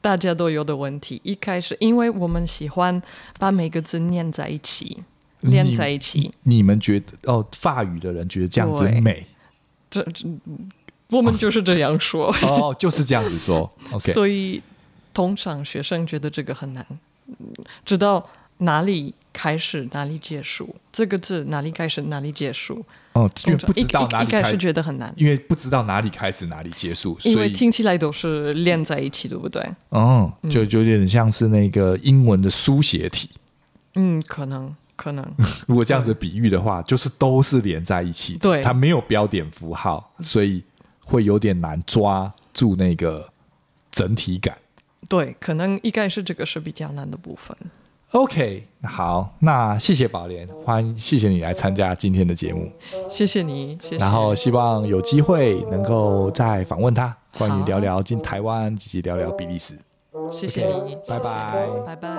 Speaker 2: 大家都有的问题。一开始，因为我们喜欢把每个字念在一起，连在一起。
Speaker 1: 你们觉得哦，法语的人觉得这样子
Speaker 2: 对
Speaker 1: 美
Speaker 2: 这这，我们就是这样说，
Speaker 1: 哦，就是这样子
Speaker 2: <laughs>
Speaker 1: 说。OK，
Speaker 2: 所以通常学生觉得这个很难，知道哪里开始，哪里结束，这个字哪里开始，哪里结束，
Speaker 1: 哦，因为
Speaker 2: 通常
Speaker 1: 不知道哪
Speaker 2: 一
Speaker 1: 里
Speaker 2: 一一开
Speaker 1: 开
Speaker 2: 始
Speaker 1: 始，
Speaker 2: 觉得很难，
Speaker 1: 因为不知道哪里开始哪里结束，
Speaker 2: 因
Speaker 1: 所
Speaker 2: 为
Speaker 1: 以
Speaker 2: 听起来都是连在一起，对不对？
Speaker 1: 哦，就就有点像是那个英文的书写
Speaker 2: <laughs>
Speaker 1: 体。
Speaker 2: 嗯，可能可
Speaker 1: <laughs>
Speaker 2: 能。
Speaker 1: 如果这样子比喻的话，就是都是连在一起的，
Speaker 2: 对
Speaker 1: 它没有标点符号，所以会有点难抓住那个整体感。
Speaker 2: 对，可能一开始这个是比较难的部分。
Speaker 1: OK，好，那谢谢宝莲，欢迎谢谢你来参加今天的节目。
Speaker 2: 谢谢你，谢谢。
Speaker 1: 然后希望有机会能够再访问他，关于
Speaker 2: 好
Speaker 1: 聊聊进台湾以及聊聊比利时。
Speaker 2: 谢谢你，
Speaker 1: 拜拜
Speaker 2: 谢谢拜拜。